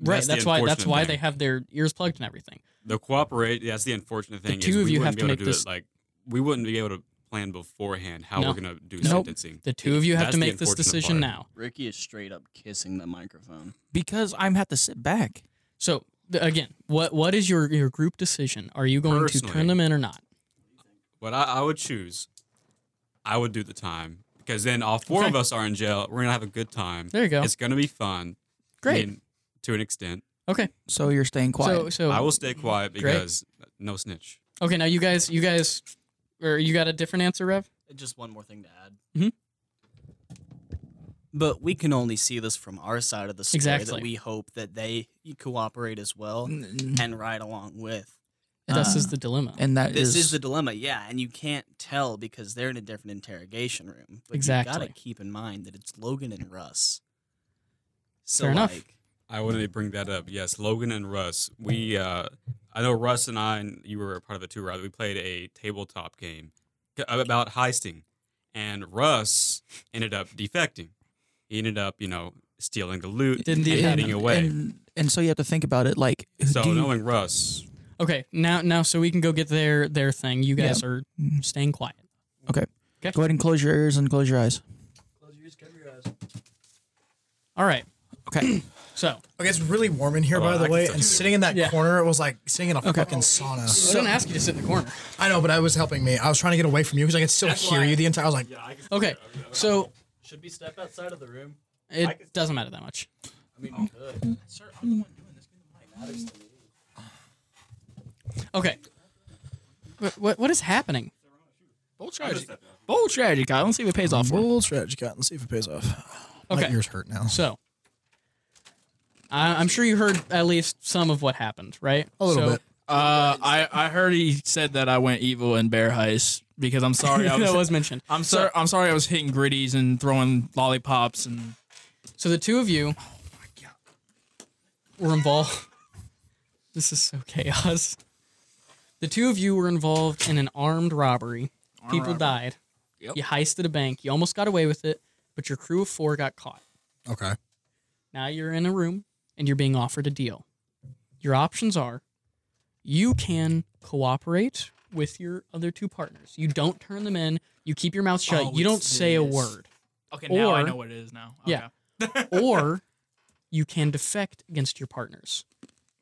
right. That's,
the
why that's
unfortunate
why
thing.
they have their ears plugged and everything.
The cooperate. That's the unfortunate thing.
two
is
of
we
you
wouldn't
have
be
to
able
make
do
this-
It. Like we wouldn't be able to plan beforehand how
No.
we're gonna do
Nope.
sentencing.
The two of you have
That's
to
the
make this
unfortunate
decision
part.
now.
Ricky is straight up kissing the microphone.
because I'm have to sit back.
So th- again, what what is your your group decision? Are you going to
Personally.
turn them in or not?
What I, I would choose, I would do the time because then all four of
Okay.
us are in jail. We're gonna have a good time.
There you go.
It's gonna be fun.
Great.
I mean, to an extent,
Okay.
So you're staying quiet.
So so
I will stay quiet
Oh. Great.
because uh, no snitch.
Okay, now you guys, you guys, or you got a different answer, Rev?
Just one more thing to add.
Mhm.
But we can only see this from our side of the story
Exactly.
that we hope that they cooperate as well and ride along with.
this
Uh,
is the dilemma.
and that
This
is,
is, the dilemma, yeah, and you can't tell because they're in a different interrogation room. But you
Exactly.
gotta keep in mind that it's Logan and Russ. So
Fair
like,
enough.
I wanted to bring that up. Yes, Logan and Russ. We, uh, I know Russ and I, and you were a part of it too, rather. We played a tabletop game c- uh, about heisting, and Russ ended up defecting. He ended up, you know, stealing the loot,
Didn't
and
he-
getting
and-
away.
And, and so you have to think about it. Like,
so
do you-
knowing Russ,
okay, now now so we can go get their their thing. You guys are staying quiet.
okay,
Okay.
go ahead and close your ears and close your eyes.
All right.
Okay,
So
Okay, it's really warm in here, by the way. And sitting in that
Yeah.
corner, it was like sitting in a fucking sauna.
I didn't ask you to sit in the corner.
I know, but I was helping me. I was trying to get away from you because I could still hear you the entire. I was like,
Okay, so
should we step outside of the room?
it doesn't matter that much. I mean, Okay. What, what what is happening?
Bold strategy. Bold strategy, Kyle. Let's see if it pays off for him.
"Bull strategy, cut and see if it pays off." My
Okay.
ears hurt now.
So, I, I'm sure you heard at least some of what happened, right?
A little
so,
bit.
Uh, I, I heard he said that I went evil in bear heist because I'm sorry I was,
that was mentioned.
I'm sorry I'm sorry I was hitting gritties and throwing lollipops and
So the two of you
Oh
were involved. This is so chaos. The two of you were involved in an armed robbery. People died. You heisted a bank. You almost got away with it, but your crew of four got caught.
Okay.
Now you're in a room and you're being offered a deal. Your options are you can cooperate with your other two partners. You don't turn them in. You keep your mouth shut.
Oh,
you don't
it's
say a
this.
word.
okay now I
Or-
know what it is now.
Yeah. or you can defect against your partners.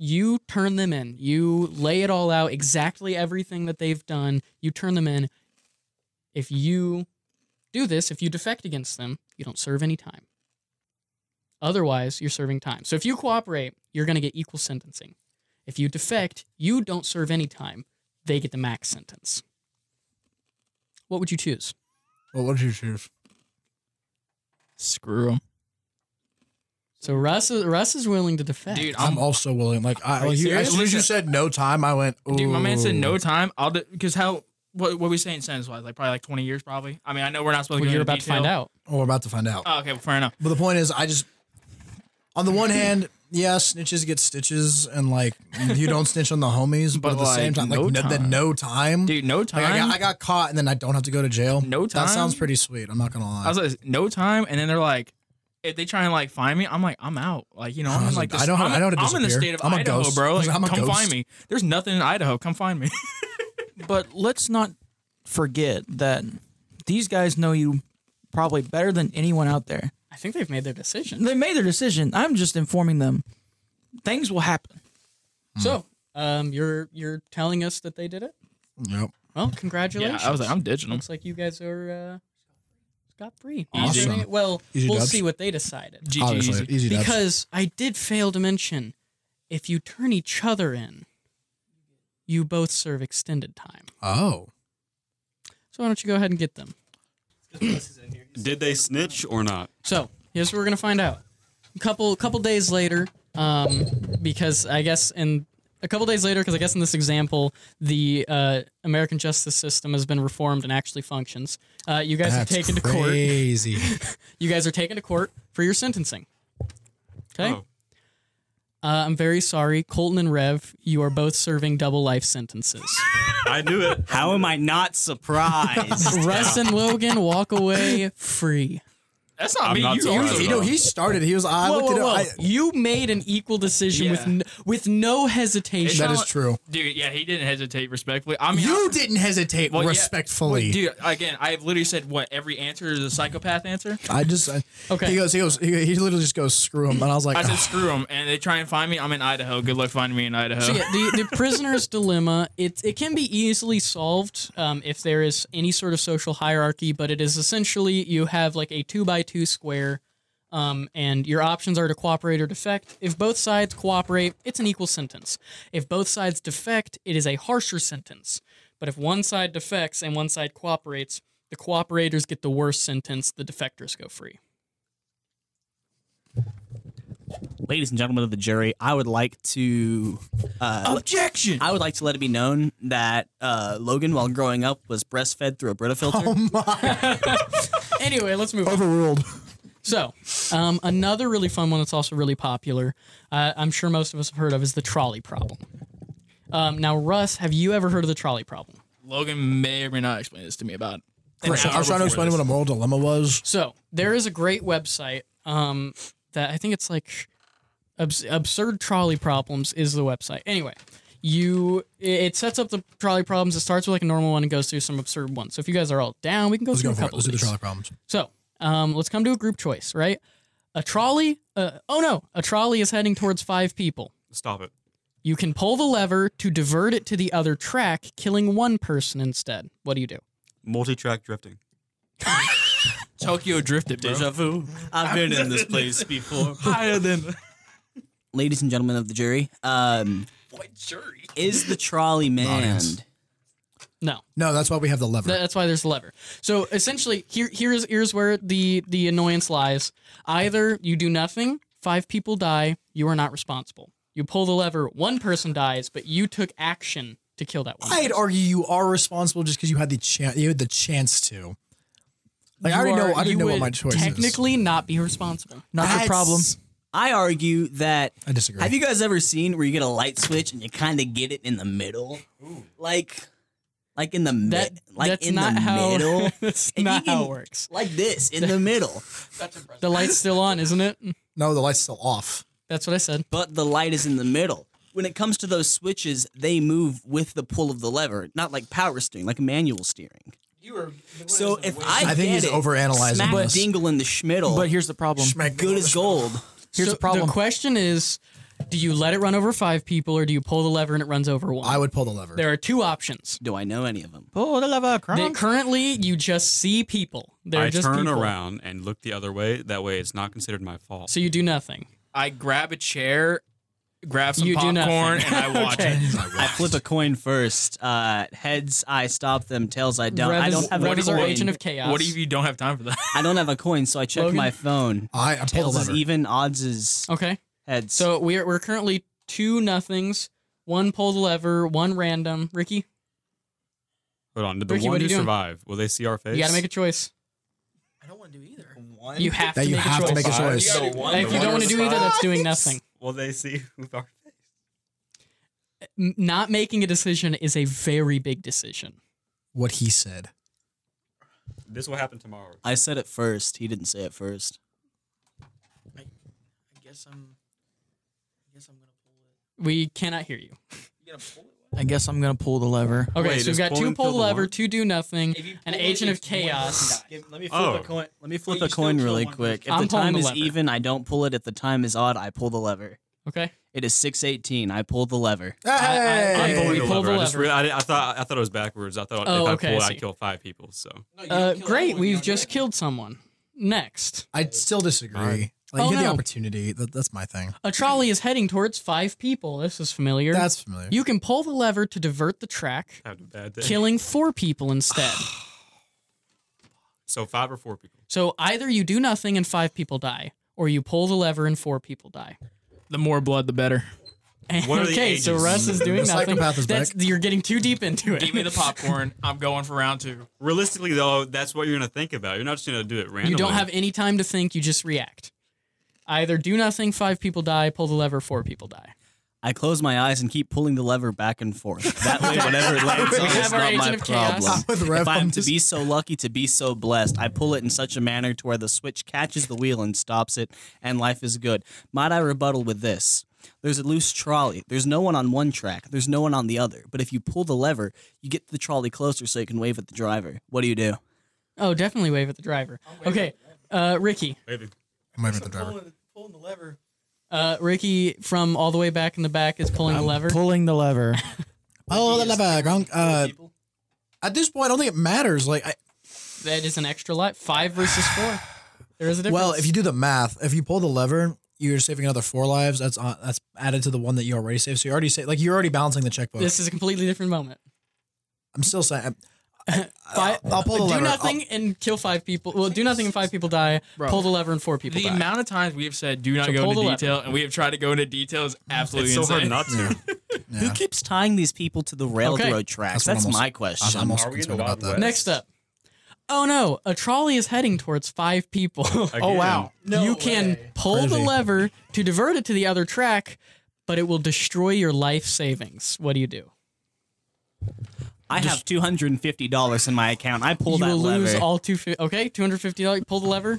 You turn them in. You lay it all out, exactly everything that they've done. You turn them in. If you do this, if you defect against them, you don't serve any time. Otherwise, you're serving time. So if you cooperate, you're going to get equal sentencing. If you defect, you don't serve any time. They get the max sentence. What would you choose?
Well, what did you choose?
Screw him,
So Russ is, Russ is willing to defect.
dude. I'm,
I'm also willing. Like, I, like
Um, you
you, as
serious?
soon as you said no time, I went. Ooh.
dude. My man said no time. I'll because how what what we saying sentence wise like probably like 20 years probably. I mean I know we're not supposed
well,
to. go
you're
into
about to find
detail.
out.
Oh, we're about to find out.
Oh, okay, well, fair enough.
But the point is, I just, on the one hand, yeah, snitches get stitches, and like you don't snitch on the homies, but,
But,
at the same
like,
time, like
no
no, the
time.
no time,
Dude, no time.
Like, I, got, I got caught, and then I don't have to go to jail.
No
That sounds
time?
pretty sweet. I'm not gonna lie.
I was like, no time, and then they're like, if they try and like find me, I'm like, I'm out. Like, you know, I'm in, like, this,
I know how-
I'm,
I know how to
I'm in the
disappear.
state of
I'm a
Idaho,
ghost.
bro. Like,
I'm a
come
ghost.
find me. There's nothing in Idaho. Come find me.
But let's not forget that these guys know you probably better than anyone out there.
I think they've made their decision.
They made their decision. I'm just informing them. Things will happen.
Hmm.
So, um, you're you're telling us that they did it.
Yep.
Well, congratulations.
I was like, I'm ditching them.
Looks like you guys are uh, scot free.
Awesome.
Well,
Easy
we'll
dubs.
see what they decided.
GG.
Obviously,
easy.
easy dubs.
Because I did fail to mention, if you turn each other in, you both serve extended time.
oh,
So why don't you go ahead and get them?
Did they snitch or not?
So here's what we're gonna find out. A couple couple days later, um, because I guess in a couple days later, because I guess in this example, the uh, American justice system has been reformed and actually functions. Uh, you guys
that's
are taken to court.
crazy.
You guys are taken to court for your sentencing. Okay.
Oh.
Uh, I'm very sorry, Colton and Rev. You are both serving double life sentences.
I knew it.
How am I not surprised?
Russ and Logan walk away free.
That's not
I'm
me.
not
you
surprised
are the-
at
you know, he started. He was. I
Whoa,
looked
whoa,
it
whoa.
up. I,
you made an equal decision with
Yeah.
n- with no hesitation.
that
Sean-
is true.
Dude, yeah, he didn't hesitate respectfully. I mean, I-
You didn't hesitate
Well, yeah.
respectfully.
Wait, dude, again, I've literally said what every answer is a psychopath answer.
I just. I,
Okay.
He goes. He goes. He, he literally just goes. Screw him. And I was like,
I said,
"Ugh."
screw them, and they try and find me. I'm in Idaho. Good luck finding me in Idaho.
So yeah, the, the prisoner's dilemma it it can be easily solved um, if there is any sort of social hierarchy, but it is essentially you have like a two by two square, um, and your options are to cooperate or defect. If both sides cooperate, it's an equal sentence. If both sides defect, it is a harsher sentence. But if one side defects and one side cooperates, the cooperators get the worse sentence. The defectors go free.
Ladies and gentlemen of the jury, I would like to uh,
Objection.
I would like to let it be known that uh, Logan, while growing up, was breastfed through a Brita filter.
Anyway, let's move on.
overruled.
So, um, another really fun one that's also really popular, uh, I'm sure most of us have heard of, is the trolley problem. Um, now, Russ, have you ever heard of the trolley problem?
Logan may or may not explain this to me about.
"Ah, I
an hour
was trying to
before
explain
this.
what a moral dilemma was.
So, there is a great website um, that I think it's like Abs- Absurd Trolley Problems is the website. Anyway, you it- it sets up the trolley problems. It starts with like a normal one and goes through some absurd ones. So, if you guys are all down, we can go
Let's
through
go
a
for it.
couple
Let's
of
do the
these.
trolley problems.
So, um, let's come to a group choice, right? A trolley, uh, oh no, a trolley is heading towards five people.
Stop it.
You can pull the lever to divert it to the other track, killing one person instead. What do you do?
Multi-track drifting.
Tokyo drifted, bro.
Deja vu. I've been in this place before.
Higher than
Ladies and gentlemen of the jury, um,
what jury?
is the trolley manned?
No,
No, that's why we have the lever.
Th- that's why there's the lever. So essentially, here here's here's where the the annoyance lies. Either you do nothing, five people die, you are not responsible. You pull the lever, one person dies, but you took action to kill that one.
I'd argue you are responsible just because you had the chance. You had the chance to. Like I
You
already know.
are-
I didn't
you
know what
would
my choice is.
Technically, not be responsible.
Not your
That's-
problem.
I argue that.
I disagree.
Have you guys ever seen where you get a light switch and you kind of get it in the middle, like, like in the mid,
That
like
that's
in
not
the
how
middle,
that's
you
not how
can-
it works.
like this in the middle,
The light's still on, isn't it?
No, the light's still off.
That's what I said.
but the light is in the middle. When it comes to those switches, they move with the pull of the lever, not like power steering, like manual steering. You are so if I,
I think
get
he's
it,
overanalyzing
smack
this.
dingle in the schmiddle,
But here's the problem.
good as gold.
Here's
So
the problem.
The question is, do you let it run over five people, or do you pull the lever and it runs over one?
I would pull the lever.
there are two options.
Do I know any of them?
Pull the lever,
They-
Kronk.
currently, you just see people. They're
I
just
turn
people.
around and look the other way. That way, it's not considered my fault.
So you do nothing.
I grab a chair, grab some
You do
popcorn,
nothing.
and I watch
Okay.
it.
I flip a coin first. Uh, heads, I stop them. Tails, I don't.
Rev
I
is-
don't have a
Rev is our
coin.
agent of chaos.
What if you don't have time for that?
I don't have a coin, so I check
Logan?
my phone.
I, I pull
Tails
the
is
lever.
even. Odds is
Okay.
heads.
So we're we're currently two nothings. One pull the lever. One random. Ricky,
Hold on. Did the
Ricky, what
one
are
who
you doing?
survive, will they see our face?
you got to make a choice. You have
That
to
you
make
have
a choice.
to make a choice.
And if you don't want to do either, that's doing nothing.
Will they see who our face?
N- Not making a decision is a very big decision.
What he said.
This will happen tomorrow.
I said it first. He didn't say it first.
guess I'm. I guess I'm gonna pull it.
We cannot hear you.
I guess I'm gonna pull the lever.
Okay,
Wait,
so we've
is
got two
pulling
pull
fill the
lever,
want?
two do nothing,
you pull
an
it,
agent of
it's one
chaos.
Give- let me flip
Oh.
a coin. Let me flip
Well,
a
you still
coin
kill
really
one
quick. If
I'm
the
pulling
time
the
is
lever.
even, I don't pull it. If the time is odd, I pull the lever.
Okay.
It is six eighteen. I pulled the lever.
I- I-
I'm
we
pulling the
pulled the
lever. I, just
lever.
re- I, di- I thought I thought it was backwards. I thought
Oh,
if I
okay, I
pulled,
see.
I'd kill five people. So
Uh, great, we've just killed someone. Next,
I still disagree. Like,
Oh,
you get
no.
the opportunity. That, that's my thing.
a trolley is heading towards five people. This is familiar.
That's familiar.
you can pull the lever to divert the track,
I had a bad day.
killing four people instead.
So five or four people.
so either you do nothing and five people die, or you pull the lever and four people die.
The more blood, the better.
What are the
okay, so
ages?
Russ is doing
The
nothing.
psychopath is
That's, you're getting too deep into it.
Give me the popcorn. I'm going for round two.
Realistically, though, that's what you're gonna think about. You're not just gonna do it randomly.
You don't have any time to think, you just react. Either do nothing, five people die, pull the lever, four people die.
I close my eyes and keep pulling the lever back and forth. That way, whatever it lands on,
We have
it's
our
not my
agent of chaos.
problem.
With
If
Rev,
I am
I'm
to
just-
be so lucky to be so blessed, I pull it in such a manner to where the switch catches the wheel and stops it, and life is good. Might I rebuttal with this? There's a loose trolley. There's no one on one track. There's no one on the other. But if you pull the lever, you get the trolley closer so you can wave at the driver. What do you do?
Oh, definitely wave at the driver. Okay, uh, Ricky.
Maybe.
I'm waving at the driver.
Pulling the lever.
Uh, Ricky from all the way back in the back is pulling the lever.
Pulling the lever.
Oh, the lever. Gronk. Uh, at this point, I don't think it matters. Like, I,
that is an extra life. Five versus four. There is a difference.
well, if you do the math, if you pull the lever, you're saving another four lives. That's on, that's added to the one that you already saved. So you already saved. Like, you're already balancing the checkbook.
this is a completely different moment.
I'm still saying. I'm-
Uh,
Five,
I'll pull the
do
lever.
nothing and kill five people. Well, do nothing and five people die. Pull the lever and four people
The
die.
amount of times we have said do not
So
go
pull
into
the lever.
detail, and we have tried to go into detail is absolutely
It's so hard
insane.
not to.
Who keeps tying these people to the railroad tracks?
That's
That's,
what I'm also-
my question.
I'm also
Are we in the
concerned about
Wild
that.
West?
Next up. Oh no, a trolley is heading towards five people.
Again.
you can pull the
Crazy.
lever to divert it to the other track, but it will destroy your life savings. What do you do?
I have two hundred and fifty dollars in my account. I pull
you
that
will lose
lever.
all two fifty. Okay, two hundred fifty dollars. Pull the lever,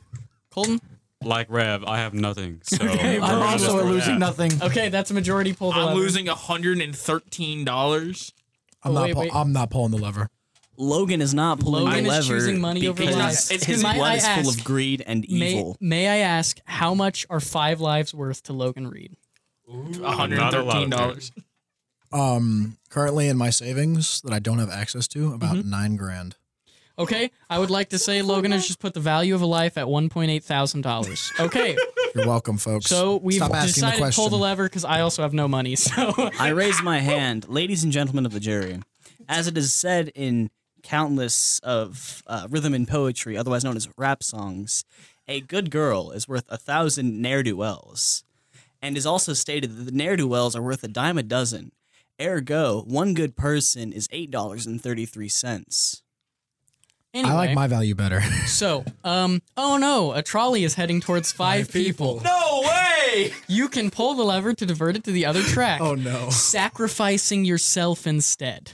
Colton.
Like Rev, I have nothing. So
I'm also losing nothing.
Okay, that's a majority. Pull the
I'm
lever.
losing $113.
I'm
Oh,
not.
wait,
pull-
wait.
I'm not pulling the lever.
Logan is not pulling
Logan
the
is
lever
choosing money over
because
life. It's
his
might
blood
I
is full
ask,
of greed and
May,
evil.
may I ask how much are five lives worth to Logan Reed?
$113.
Um, currently in my savings that I don't have access to, about
Mm-hmm.
nine grand.
Okay, I would like to say Logan has just put the value of a life at one point eight thousand dollars. Okay,
You're welcome, folks.
so we've
Stop asking
decided
the
to pull
question.
the lever because I also have no money. So
I raise my hand, ladies and gentlemen of the jury. As it is said in countless of uh, rhythm and poetry, otherwise known as rap songs, a good girl is worth a thousand ne'er do wells, and is also stated that the ne'er do wells are worth a dime a dozen. Ergo, one good person is eight dollars and thirty three cents.
anyway,
I like my value better.
so um oh no, a trolley is heading towards five, people.
No way!
You can pull the lever to divert it to the other track.
Oh, no.
Sacrificing yourself instead.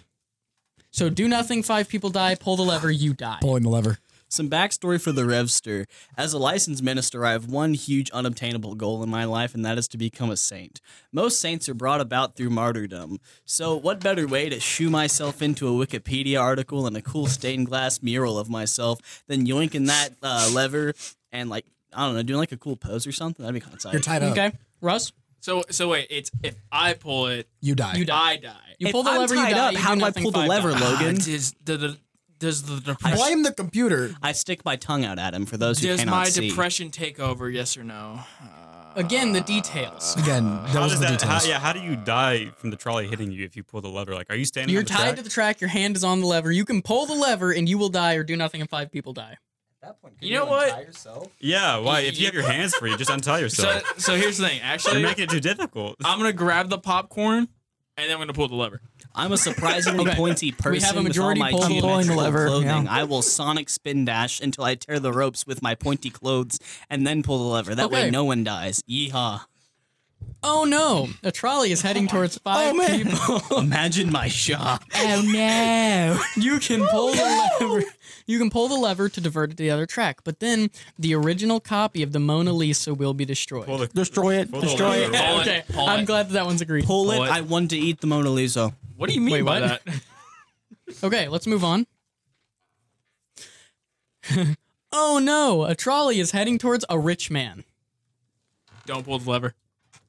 So do nothing, five people die, pull the lever, you die.
Pulling the lever.
Some backstory for the Revster. As a licensed minister, I have one huge unobtainable goal in my life, and that is to become a saint. Most saints are brought about through martyrdom. So, what better way to shoe myself into a Wikipedia article and a cool stained glass mural of myself than yoinking that uh, lever and, like, I don't know, doing like a cool pose or something? That'd be kind of
You're
exciting.
tied up.
Okay, Russ,
So, so wait, it's if I pull it,
You die.
you die.
I die.
You
If
pull the
I'm
lever, you
tied
die.
up,
you
how do I
nothing,
pull the
five
lever,
die.
Logan?
Does the, the, does the depression,
Blame the computer.
I stick my tongue out at him for those who
does
cannot
my
see.
depression take over, yes or no?
Again, the details.
Again,
How
those
does
are the
that? How,
details.
yeah. How do you die from the trolley hitting you if you pull the lever? Like, are you standing?
You're
on the
tied
track?
to the track, your hand is on the lever. You can pull the lever and you will die or do nothing and five people die.
You know what?
Yeah. Why? If you have your hands free, just untie
So,
yourself.
so here's the thing. Actually,
You're making it too difficult.
I'm gonna grab the popcorn, and then I'm gonna pull the lever.
I'm a surprisingly pointy person
We have a majority
with all
pull.
my
I'm
geometrical
pulling the lever, yeah.
clothing. I will sonic spin dash until I tear the ropes with my pointy clothes and then pull the lever. That
Okay.
way no one dies. Yeehaw.
Oh no! A trolley is heading towards five people.
Imagine my shock.
Oh no! You can pull the lever. You can pull the lever to divert it to the other track, but then the original copy of the Mona Lisa will be destroyed.
Pull the-
Destroy it.
pull the
Destroy
lever.
it.
Pull it,
okay,
pull
I'm
it.
glad that that one's agreed.
Pull it.
Pull it.
I want to eat the Mona Lisa.
What do you mean
Wait,
by
what?
that?
Okay, let's move on. oh no! A trolley is heading towards a rich man.
Don't pull the lever.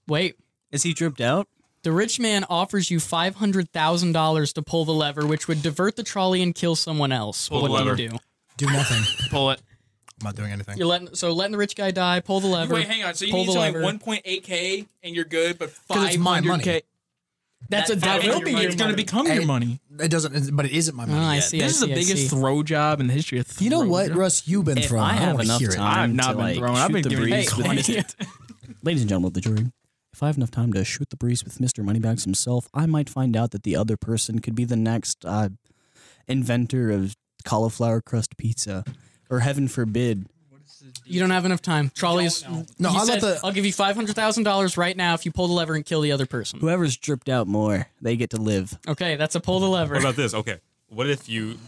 Wait,
Is he dripped out?
The rich man offers you five hundred thousand dollars to pull the lever, which would divert the trolley and kill someone else.
Pull
what
the
do
lever.
you do?
Do nothing.
Pull it.
I'm not doing anything.
You're letting so letting the rich guy die. Pull the lever.
Wait, hang on. So you
pull
need
the
only
lever.
1.8k and you're good, but 500k.
it's my money.
That's a that
will
will be
your
your
It's gonna
money.
become your money.
It doesn't, but it isn't my
Oh,
money.
I
yet.
see. I
This is the
see, I see.
biggest throw job in the history of. Throw
You know what, Russ? You've been
If
throwing.
I
I,
have
don't want to
enough
hear it.
time
I've not
to
been
like
thrown.
shoot
I've been
the
giving you
breeze with
Hey,
Mr. Ladies and gentlemen of the jury, if I have enough time to shoot the breeze with Mr. Moneybags himself, I might find out that the other person could be the next uh, inventor of cauliflower crust pizza, or heaven forbid,
you don't have enough time. Trolley's.
No,
he
I
said,
let the-
I'll give you five hundred thousand dollars right now if you pull the lever and kill the other person.
whoever's dripped out more, they get to live.
Okay, that's a pull the lever.
What about this? Okay, what if you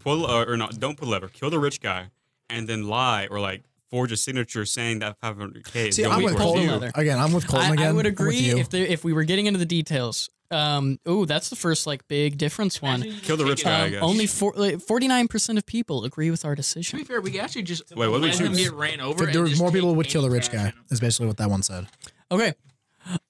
pull uh, or not? Don't pull the lever. Kill the rich guy, and then lie or like forge a signature saying that 500k. is
See,
going
I'm with
towards
Colton
you.
on that.
Colton again. I'm with Colton
I,
again.
I would
I'm with
agree
you.
if the, if we were getting into the details. Um, oh, that's the first like big difference one.
Kill the rich guy. I
Um,
guess.
only forty nine percent of people agree with our decision.
To be fair, we could actually just
Wait, what did we
let him
choose?
get ran over.
If
and
there was
just
more people
take
would kill the
any
rich guy.
action.
Is basically what that one said.
Okay.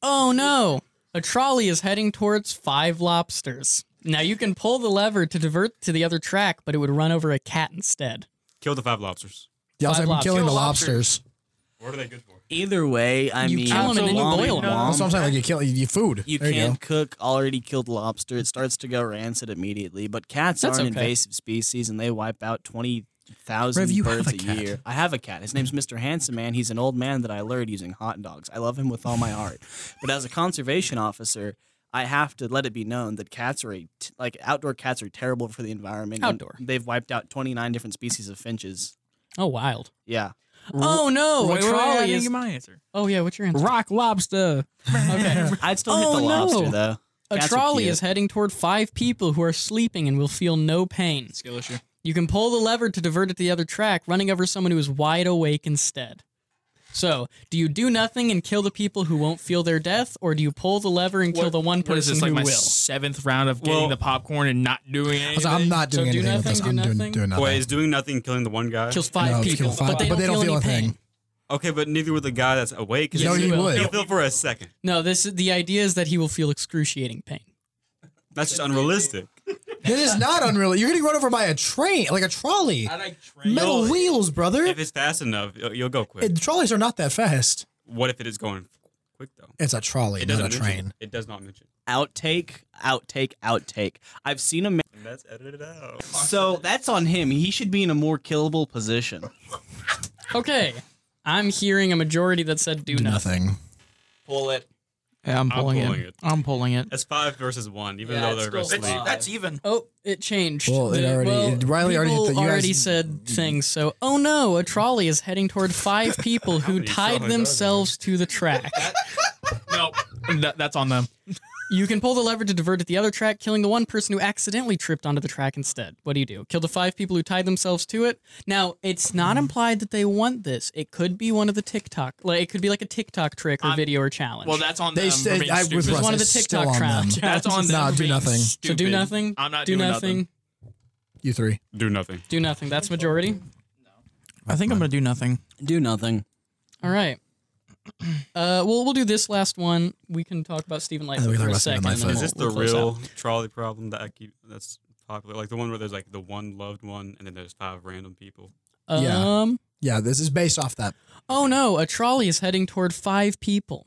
Oh no! A trolley is heading towards five lobsters. Now you can pull the lever to divert to the other track, but it would run over a cat instead.
kill the five lobsters.
Y'all said
lobsters.
killing
Kill
the lobsters.
What are they good for?
Either way, I
You
mean,
kill 'em and then you
womp
boil 'em.
womp.
That's what I'm saying. Like you kill you, you food.
You
there
can't
You
cook already killed lobster. It starts to go rancid immediately. But cats
That's
are an
okay.
invasive species, and they wipe out twenty thousand
Rev, you
birds
have
a,
a cat.
year. I have a cat. His name's Mr. Handsome Man. He's an old man that I lured using hot dogs. I love him with all my heart. But as a conservation officer, I have to let it be known that cats are a t- like outdoor cats are terrible for the environment. and
Outdoor.
they've wiped out twenty nine different species of finches.
Oh wild!
Yeah.
Oh no!
Wait,
a
wait, wait, I
trolley
didn't
is.
get my answer.
Oh yeah, what's your answer?
Rock lobster.
Okay.
I'd still hit
Oh,
the
no.
lobster though.
a
Cats are
trolley
cute.
is heading toward five people who are sleeping and will feel no pain.
Skill issue.
You can pull the lever to divert it to the other track, running over someone who is wide awake instead. So, do you do nothing and kill the people who won't feel their death, or do you pull the lever and kill the one person
What is this like
who
my
will?
seventh round of getting
Well-
the popcorn and not doing
go. I was
anything?
like, I'm not
So
doing
do
anything with
nothing,
this.
do
I'm
nothing.
doing, doing nothing.
Wait, is doing nothing killing the one guy?
kills five
No, it's
people,
killing five
but, they
people, but
don't feel any
a
pain.
thing.
okay, but neither would the guy that's awake. 'cause
No,
he-
you
will.
He'll
would.
feel for a second.
No, this is, the idea is that he will feel excruciating pain.
That's just unrealistic.
It is not unreal. You're getting run over by a train, like a trolley.
like train.
Metal
Yo,
wheels, brother.
If it's fast enough, you'll you'll go quick.
Hey, trolleys are not that fast.
what if it is going quick though?
It's a trolley,
It
not
doesn't
a
mention-
train.
It does not mention.
outtake, outtake, outtake. I've seen a man.
And that's edited out.
So that's on him. He should be in a more killable position.
Okay, I'm hearing a majority that said do,
Do
nothing.
nothing.
Pull it.
Yeah, I'm
I'm
pulling,
pulling
it.
it.
I'm pulling it.
That's five versus one, even
Yeah,
though
it's
they're
still
asleep.
five.
That's even.
Oh, it changed.
Well, it already- Riley already-
people
you guys-
already said things. So, oh no, a trolley is heading toward five people who
many trolleys
tied
are
themselves to the track.
No, that, that's on them.
You can pull the lever to divert at the other track, killing the one person who accidentally tripped onto the track instead. What do you do? Kill the five people who tied themselves to it? Now, it's not
Hmm.
implied that they want this. It could be one of the TikTok, like it could be like a TikTok trick or video or challenge.
Well, that's on
They
them. for
said
being
I
stupid.
was
It's one of the
It's still
TikTok
on them.
challenges.
That's on them.
Nah,
for
do
being
nothing. So
So
Stupid.
do nothing.
I'm not
do
doing
nothing.
nothing.
You three.
Do nothing.
Do nothing. That's majority.
I think I'm gonna do nothing.
Do nothing.
All right. Uh, well, we'll do this last one. We can talk about Stephen
we
Lightfoot
can
for a
talk
second.
about Stephen
and then
Lightfoot.
Is
we'll-
this the
we'll close
real
out.
trolley problem that I keep that's popular? Like the one where there's like the one loved one and then there's five random people.
Yeah.
Um.
Yeah, this is based off that.
Oh no! A trolley is heading toward five people.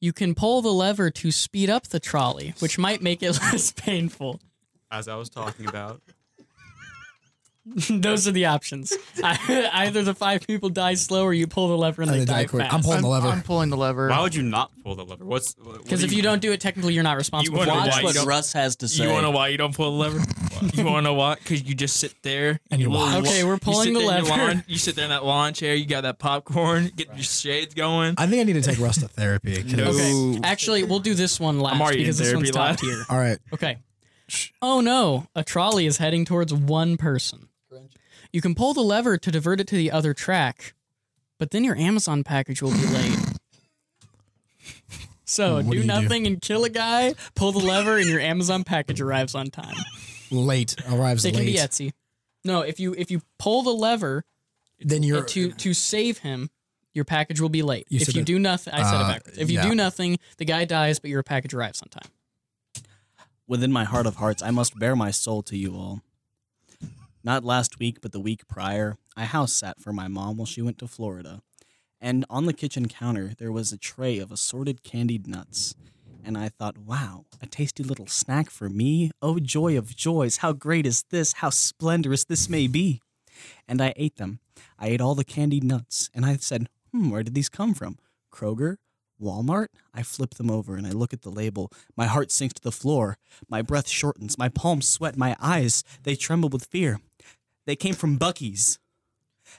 You can pull the lever to speed up the trolley, which might make it less painful.
As I was talking about.
Those are the options. I- Either the five people die slow, or you pull the lever and
And
they,
they die
die,
quick. I'm
fast.
pulling- On the lever.
I'm pulling the lever.
Why would you not pull the lever? What's
Because if you don't do it, technically you're not responsible.
wanna
for
watch
it.
Why
That's
you
what
don't-
Russ has to say.
You want to know why you don't pull the lever? you want to know why? Because you just sit there and you
watch. Okay, we're pulling the lever.
you sit there in that lawn chair. You got that popcorn. Get your shades going.
I think I need to take Russ to therapy. Can I-
Okay. Actually, we'll do this one last
I'm already in
because this
therapy
one's top
last.
tier.
All right.
Okay. Oh no, a trolley is heading towards one person. You can pull the lever to divert it to the other track, but then your Amazon package will be late. So
do
do,
you do?
nothing and kill a guy, pull the lever, and your Amazon package arrives on time.
Late arrives
They
late.
can be Etsy. No, if you if you pull the lever
then you're
to to save him, your package will be late.
You
if
said
you
that-
do nothing, I said it
uh,
backwards. If you
yeah.
do nothing, the guy dies, but your package arrives on time.
Within my heart of hearts, I must bare my soul to you all. Not last week, but the week prior, I house sat for my mom while she went to Florida. And on the kitchen counter, there was a tray of assorted candied nuts. And I thought, wow, a tasty little snack for me? Oh, joy of joys, how great is this? How splendorous this may be! And I ate them. I ate all the candied nuts. And I said, hmm, where did these come from? Kroger? Walmart? I flip them over and I look at the label. My heart sinks to the floor. My breath shortens. My palms sweat. My eyes, they tremble with fear. They came from Bucky's.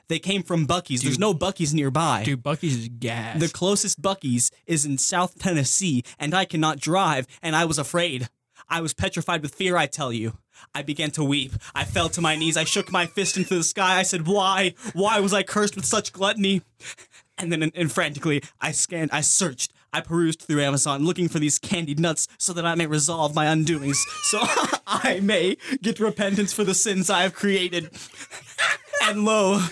They came from Bucky's. There's no Bucky's nearby.
Dude, Bucky's is gas.
The closest Bucky's is in South Tennessee, and I cannot drive, and I was afraid. I was petrified with fear, I tell you. I began to weep. I fell to my knees. I shook my fist into the sky. I said, Why? Why was I cursed with such gluttony? And then, and frantically, I scanned, I searched, I perused through Amazon looking for these candied nuts so that I may resolve my undoings, so I may get repentance for the sins I have created. And lo,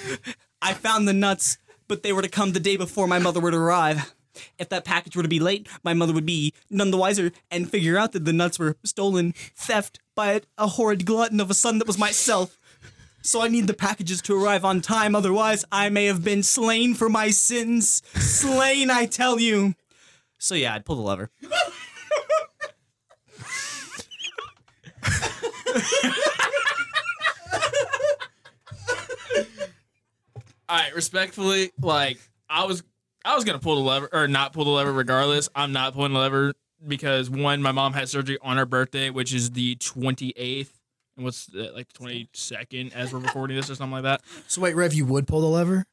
I found the nuts, but they were to come the day before my mother were to arrive. If that package were to be late, my mother would be none the wiser and figure out that the nuts were stolen, theft by a, a horrid glutton of a son that was myself. So I need the packages to arrive on time, otherwise, I may have been slain for my sins. Slain, I tell you. So yeah, I'd pull the lever.
All right, respectfully, like I was, I was gonna pull the lever or not pull the lever. Regardless, I'm not pulling the lever because one, my mom had surgery on her birthday, which is the 28th, and what's that, like the 22nd as we're recording this or something like that.
So wait, Rev, you would pull the lever?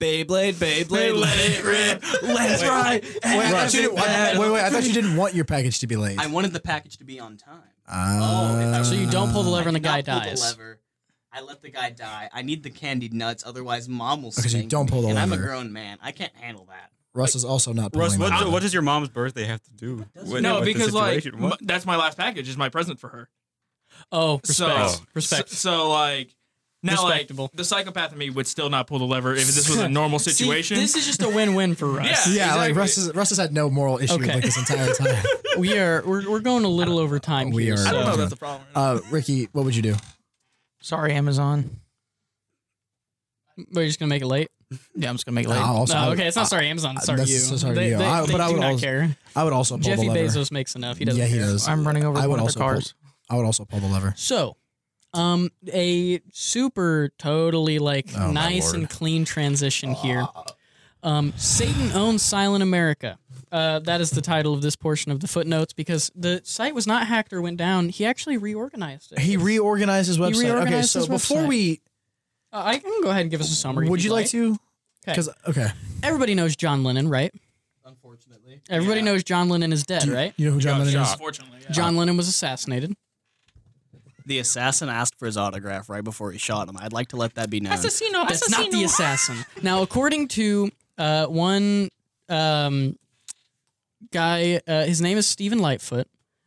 Beyblade, Beyblade, let it rip, let us ride.
Wait, I thought you didn't- I- wait, wait, I thought you didn't want your package to be late.
I wanted the package to be on time.
Ah.
So you don't pull the lever and the
I
guy
did not pull
dies.
The lever. I let the guy die. I need the candied nuts, otherwise mom will
so you
spank
don't
me,
pull the
and I'm a
lever.
grown man. I can't handle that.
Russ is also not pulling
Russ,
the
what,
lever.
what does your mom's birthday have to do? with-
no,
with the
because like
situation? What?
m- that's my last package. Is my present for her.
Oh, respect,
So,
respect.
So, so, like. Now, like
Respectable.
the psychopath in me would still not pull the lever if this was a normal
See,
situation.
this is just a win-win for us.
yeah,
yeah, exactly.
like Russ, is, Russ has had no moral issue with
Okay.
like this entire time.
We are we're, we're going a little over time
We
here.
are.
I don't know.
So
if That's a problem.
Uh, Ricky, what would you do?
Sorry, Amazon.
we're just gonna make it late.
Yeah, I'm just gonna make it
I
late.
also- I
No,
would-
okay, it's not sorry Amazon. Sorry
that's
you.
so sorry
they,
you.
They,
I-
they
but I
do
would
not
also-
care.
I would also pull
Jeffy
the lever.
Bezos makes enough. He doesn't.
yeah, he
care.
does.
I'm running over
I would
one of
also
their cars.
Pull, I would also pull the lever.
So, um, a super totally like
Oh, my
nice
Lord. Uh,
and clean transition here. Um, Satan owns Silent America. Uh, that is the title of this portion of the footnotes because the site was not hacked or went down. He actually reorganized it. Uh,
He reorganized his website. okay,
reorganized
so
his
before
website.
we,
Uh, I can go ahead and give us a summary. if
would
you'd
you like to?
'Kay.
Because okay,
Everybody knows John Lennon, right?
Unfortunately,
Everybody knows John Lennon is dead, right?
you know who John Lennon is.
Unfortunately, yeah.
John Lennon was assassinated.
the assassin asked for his autograph right before he shot him. I'd like to let that be known.
That's not the assassin. Now, according to uh, one um, guy, uh, his name is Stephen Lightfoot.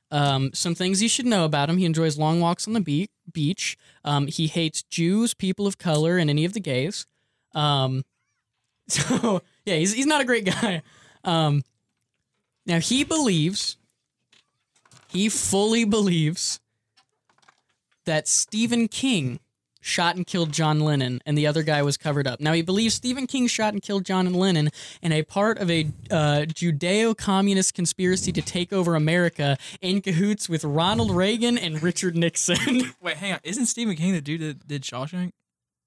Um, some things you should know about him: he enjoys long walks on the be- beach. Um, he hates Jews, people of color, and any of the gays. Um, so yeah, he's he's not a great guy. Um, now he believes, he fully believes that Stephen King shot and killed John Lennon, and the other guy was covered up. Now, he believes Stephen King shot and killed John Lennon in a part of a uh, Judeo communist conspiracy to take over America in cahoots with Ronald Reagan and Richard Nixon.
Wait, hang on. Isn't Stephen King the dude that did Shawshank?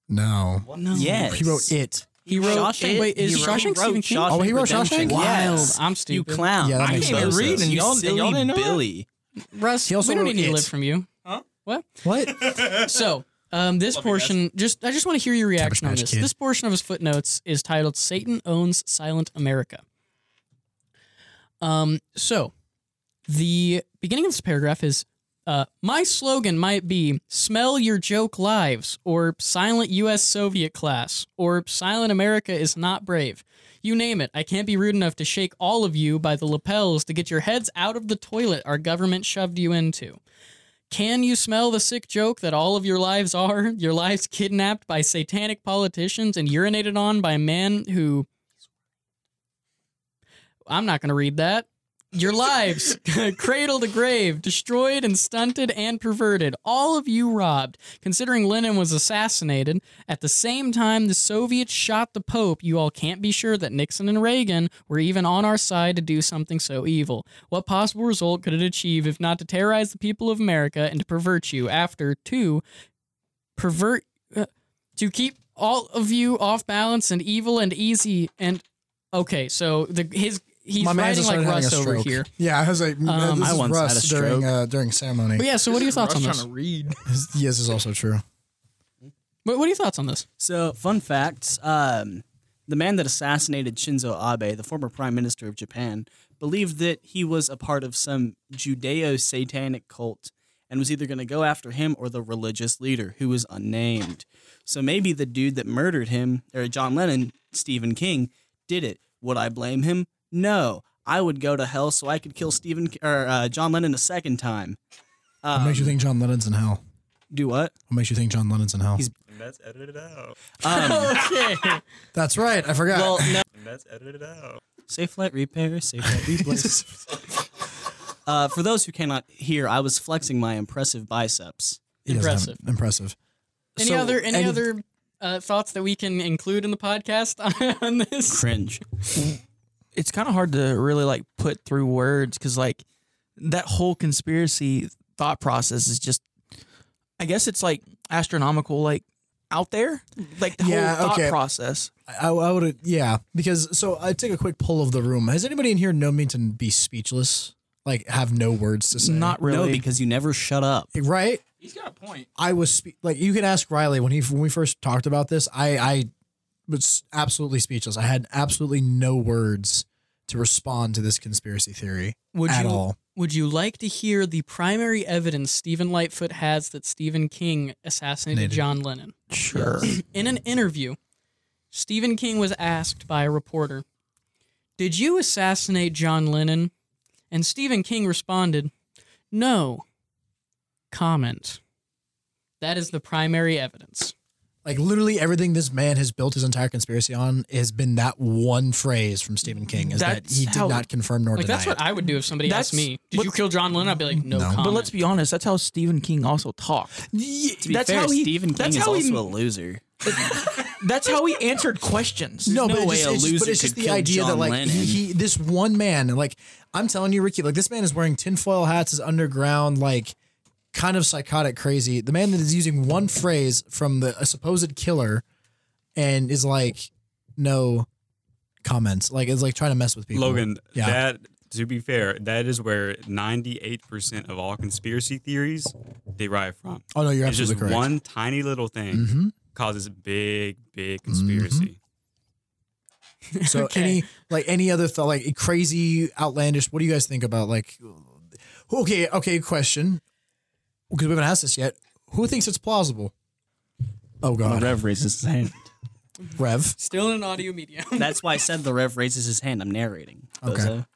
No.
No. Yes.
He wrote it.
he wrote.
Shawshank-
wait, is
he wrote-
Shawshank Stephen King?
Oh, he wrote
Redemption.
Shawshank?
Wild.
Yes.
I'm stupid.
You clown.
Yeah, that
I
makes
can't even
sense.
read, and
You
y'all,
silly
y'all didn't know
Billy.
Russ,
He also
we don't
wrote
need to
It.
live from you. Huh? What?
What?
So, um, this portion, just I just want to hear your reaction on
Cabbage
this.
Patch Kid.
This portion of his footnotes is titled "Satan Owns Silent America." Um, so the beginning of this paragraph is. Uh, my slogan might be smell your joke lives or silent US Soviet class or silent America is not brave. You name it. I can't be rude enough to shake all of you by the lapels to get your heads out of the toilet our government shoved you into. Can you smell the sick joke that all of your lives are? Your lives kidnapped by satanic politicians and urinated on by a man who. I'm not going to read that. Your lives, cradle to grave, destroyed and stunted and perverted. All of you robbed. Considering Lenin was assassinated, at the same time the Soviets shot the Pope, you all can't be sure that Nixon and Reagan were even on our side to do something so evil. What possible result could it achieve if not to terrorize the people of America and to pervert you after, two, pervert, uh, to keep all of you off balance and evil and easy and. Okay, so the his. He's
My
writing
man's just
like
started having
Russ
a
over
stroke.
here.
Yeah, I was like, this
I
is
once
Russ
had a
during,
stroke.
uh, during ceremony.
But yeah, so what are your thoughts on
Russ
this?
trying to read.
Yes, this is also true.
What, what are your thoughts on this?
So, fun facts: um, the man that assassinated Shinzo Abe, the former prime minister of Japan, believed that he was a part of some Judeo-satanic cult and was either going to go after him or the religious leader, who was unnamed. So maybe the dude that murdered him, or John Lennon, Stephen King, did it. Would I blame him? No. I would go to hell so I could kill Stephen or uh, John Lennon a second time.
What makes you think John Lennon's in hell?
Do what?
What makes you think John Lennon's in hell?
He's-
And that's edited out.
Okay.
That's right. I forgot.
Well, no.
And that's edited out.
Safe flight repair, safe flight replace. uh, for those who cannot hear, I was flexing my impressive biceps.
He doesn't have-
impressive.
Impressive.
Any
So,
other any
and-
other uh, thoughts that we can include in the podcast on this?
Cringe.
it's kind of hard to really like put through words because like that whole conspiracy thought process is just i guess it's like astronomical like out there like the
Yeah,
whole thought
okay.
process
I, I would, yeah, because so I take a quick poll of the room. Has anybody in here known me to be speechless? Like, have no words to say?
not really
No, because you never shut up.
right.
He's got a point.
I was spe- like, you can ask Riley when he when we first talked about this. I I was absolutely speechless. I had absolutely no words to respond to this conspiracy theory
Would
at
you
all.
would you like to hear the primary evidence Stephen Lightfoot has that Stephen King assassinated
Native.
John Lennon?
sure
In an interview, Stephen King was asked by a reporter, "Did you assassinate John Lennon?" And Stephen King responded, "No." Comment. That is the primary evidence.
Like literally everything this man has built his entire conspiracy on has been that one phrase from Stephen King is that
That's
he did
how-
not confirm nor
Like
deny
that's what
it.
I would do if somebody asked
That's-
me, "Did
but-
you kill John Lennon?" I'd be like, "No."
No. But
comment."
but let's be honest that's how stephen king also talked
To be
that's
fair,
how he
Stephen King
that's
is
how
also
he
a loser.
that's how he answered questions
no,
no
but
way
it's
a
just, it's just- but
loser
it's just
could
the
kill
idea that
John
like
Lennon.
he, he this one man and like I'm telling you, Ricky, like this man is wearing tinfoil hats, is underground, like kind of psychotic, crazy. The man that is using one phrase from the a supposed killer and is like no comments, like is like trying to mess with people.
Logan,
yeah,
that to be fair, that is where ninety eight percent of all conspiracy theories derive from.
oh no, you're
it's just
absolutely correct. Mm-hmm.
one tiny little thing
Mhm.
causes big, big conspiracy.
So
Okay.
any like any other thought like crazy outlandish. What do you guys think about like? Okay, okay, question. Because we haven't asked this yet. Who thinks it's plausible? Oh God,
Rev raises his hand.
Rev.
still in audio medium.
That's why I said the Rev raises his hand. I'm narrating.
Okay.
Bozo.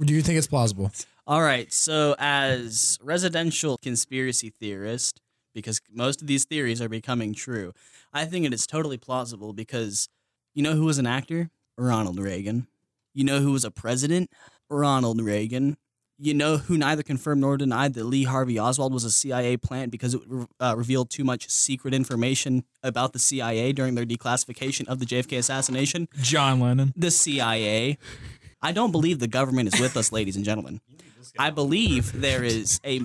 Do you think it's plausible?
All right. So, as residential conspiracy theorist, because most of these theories are becoming true, I think it is totally plausible because you know who was an actor? Ronald Reagan. You know who was a president? Ronald Reagan. You know who neither confirmed nor denied that Lee Harvey Oswald was a CIA plant because it re- uh, revealed too much secret information about the CIA during their declassification of the JFK assassination?
John Lennon.
the CIA. I don't believe the government is with us, ladies and gentlemen. I believe there is a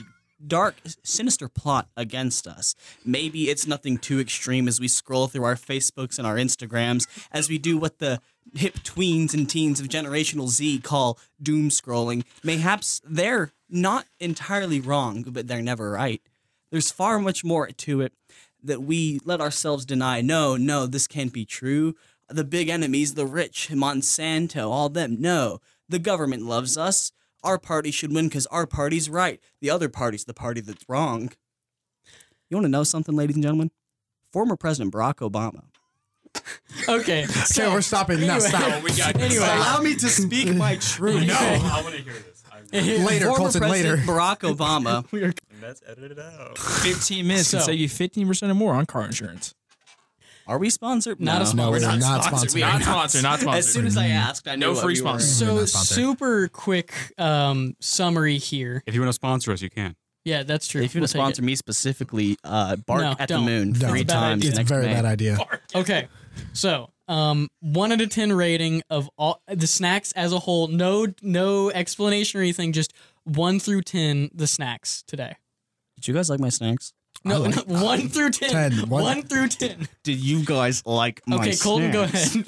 dark, sinister plot against us. Maybe it's nothing too extreme as we scroll through our Facebooks and our Instagrams, as we do what the hip tweens and teens of Generational Z call doom scrolling. Mayhaps they're not entirely wrong, but they're never right. There's far much more to it that we let ourselves deny. No, no, this can't be true. The big enemies, the rich, Monsanto, all them. No, the government loves us. Our party should win because our party's right. The other party's the party that's wrong. You want to know something, ladies and gentlemen? Former President Barack Obama.
Okay.
Okay, we're stopping. No, stop.
We got
Allow me to speak my truth.
I want to hear this. I really-
Later,
Former
Colton, later.
President Barack Obama.
That's edited out.
15 minutes and
So-
save you 15% or more on car insurance.
Are we sponsored?
Not a
No, we're not, sponsored.
We not sponsored, not sponsored.
As soon as I asked, I knew
No
what
free
we were.
sponsors.
So
not sponsored.
super quick um, summary here.
If you want to sponsor us, you can.
Yeah, that's true.
If you want
We'll
to
take it.
sponsor me specifically, uh, bark
No,
at
don't.
the moon
Don't.
three
It's a bad
times.
idea.
It's a
next
very
May.
bad idea.
Okay. So, um, one out of ten rating of all the snacks as a whole. No, no explanation or anything. Just one through ten. The snacks today.
Did you guys like my snacks?
No, no, one through ten.
10,
one.
one-
through ten.
Did you guys like my
Okay, Colton, go ahead.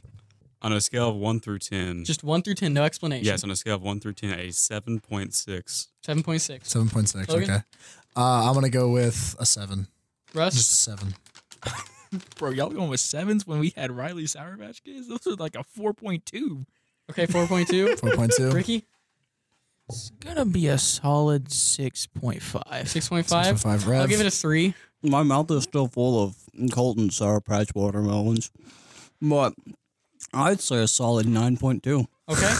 On a scale of one through ten,
just one through ten. No explanation.
yes, on a scale of one through ten, a seven point six.
Seven point six.
Seven point six.
Logan?
Okay. Uh, I'm gonna go with a seven.
Russ.
Just a seven.
Bro, y'all going with sevens when we had Riley Sour Patch Kids? Those were like a 4.2.
okay, four point two.
Four point two.
Ricky,
Gonna be a solid six point five.
six point five.
Five.
I'll
Rev.
give it a three.
My mouth is still full of Colton Sour Patch watermelons, but I'd say a solid nine point two.
Okay.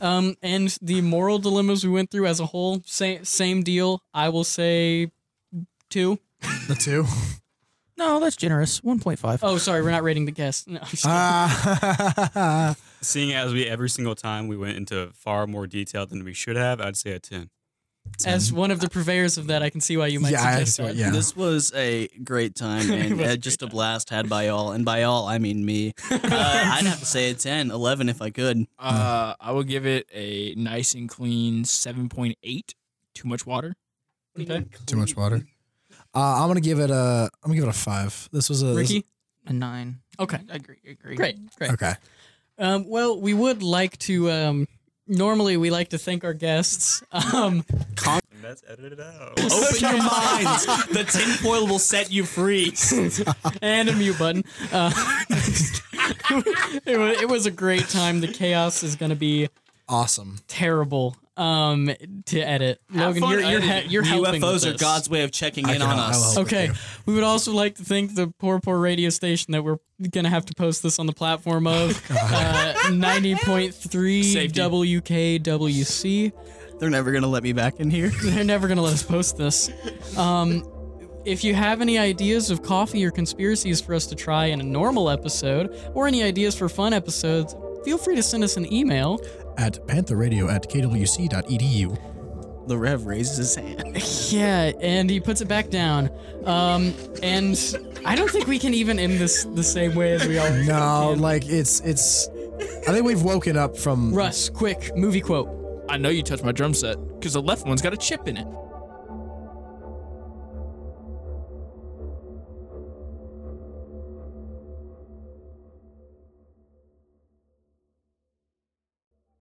Um, and the moral dilemmas we went through as a whole, same same deal. I will say two.
the two.
No, that's generous. One point five.
Oh, sorry, we're not rating the guest. No, I'm just kidding.
Ah,
Seeing as we every single time we went into far more detail than we should have, I'd say a ten.
as one of the purveyors of that, I can see why you might
yeah, I
suggest
see what-
that.
yeah.
This was a great time and uh, just a blast had by all, and by all I mean me. Uh, I'd have to say a 10, 11 if I could.
Uh, I will give it a nice and clean 7.8. Too much water.
Okay.
Too much water. Uh, I'm gonna give it a. I'm gonna give it a five. This was a this-
Ricky.
A nine.
Okay.
I agree. agree.
Great. Great.
okay.
Um, well, we would like to. Um, normally, we like to thank our guests. Um,
That's edited out.
Open your minds. The tinfoil will set you free.
and a mute button. Uh, it, was, it was a great time. The chaos is going to be
Awesome.
terrible um, to edit. Logan,
fun
you're you're, he-
editing.
you're helping with
UFOs are
this.
God's way of checking in
can
on
help- I will
us.
help. with
Okay.
you.
We would also like to thank the poor, poor radio station that we're going to have to post this on the platform of uh, 90.3
Safety.
WKWC.
They're never going to let me back in here.
They're never going to let us post this. Um, if you have any ideas of coffee or conspiracies for us to try in a normal episode, or any ideas for fun episodes, feel free to send us an email.
At pantheradio at kwc.edu.
The Rev raises his hand.
Yeah, and he puts it back down. Um, and I don't think we can even end this the same way as we always
No, like it's it's. I think we've woken up from
Russ, quick, movie quote.
I know you touched my drum set because the left one's got a chip in it.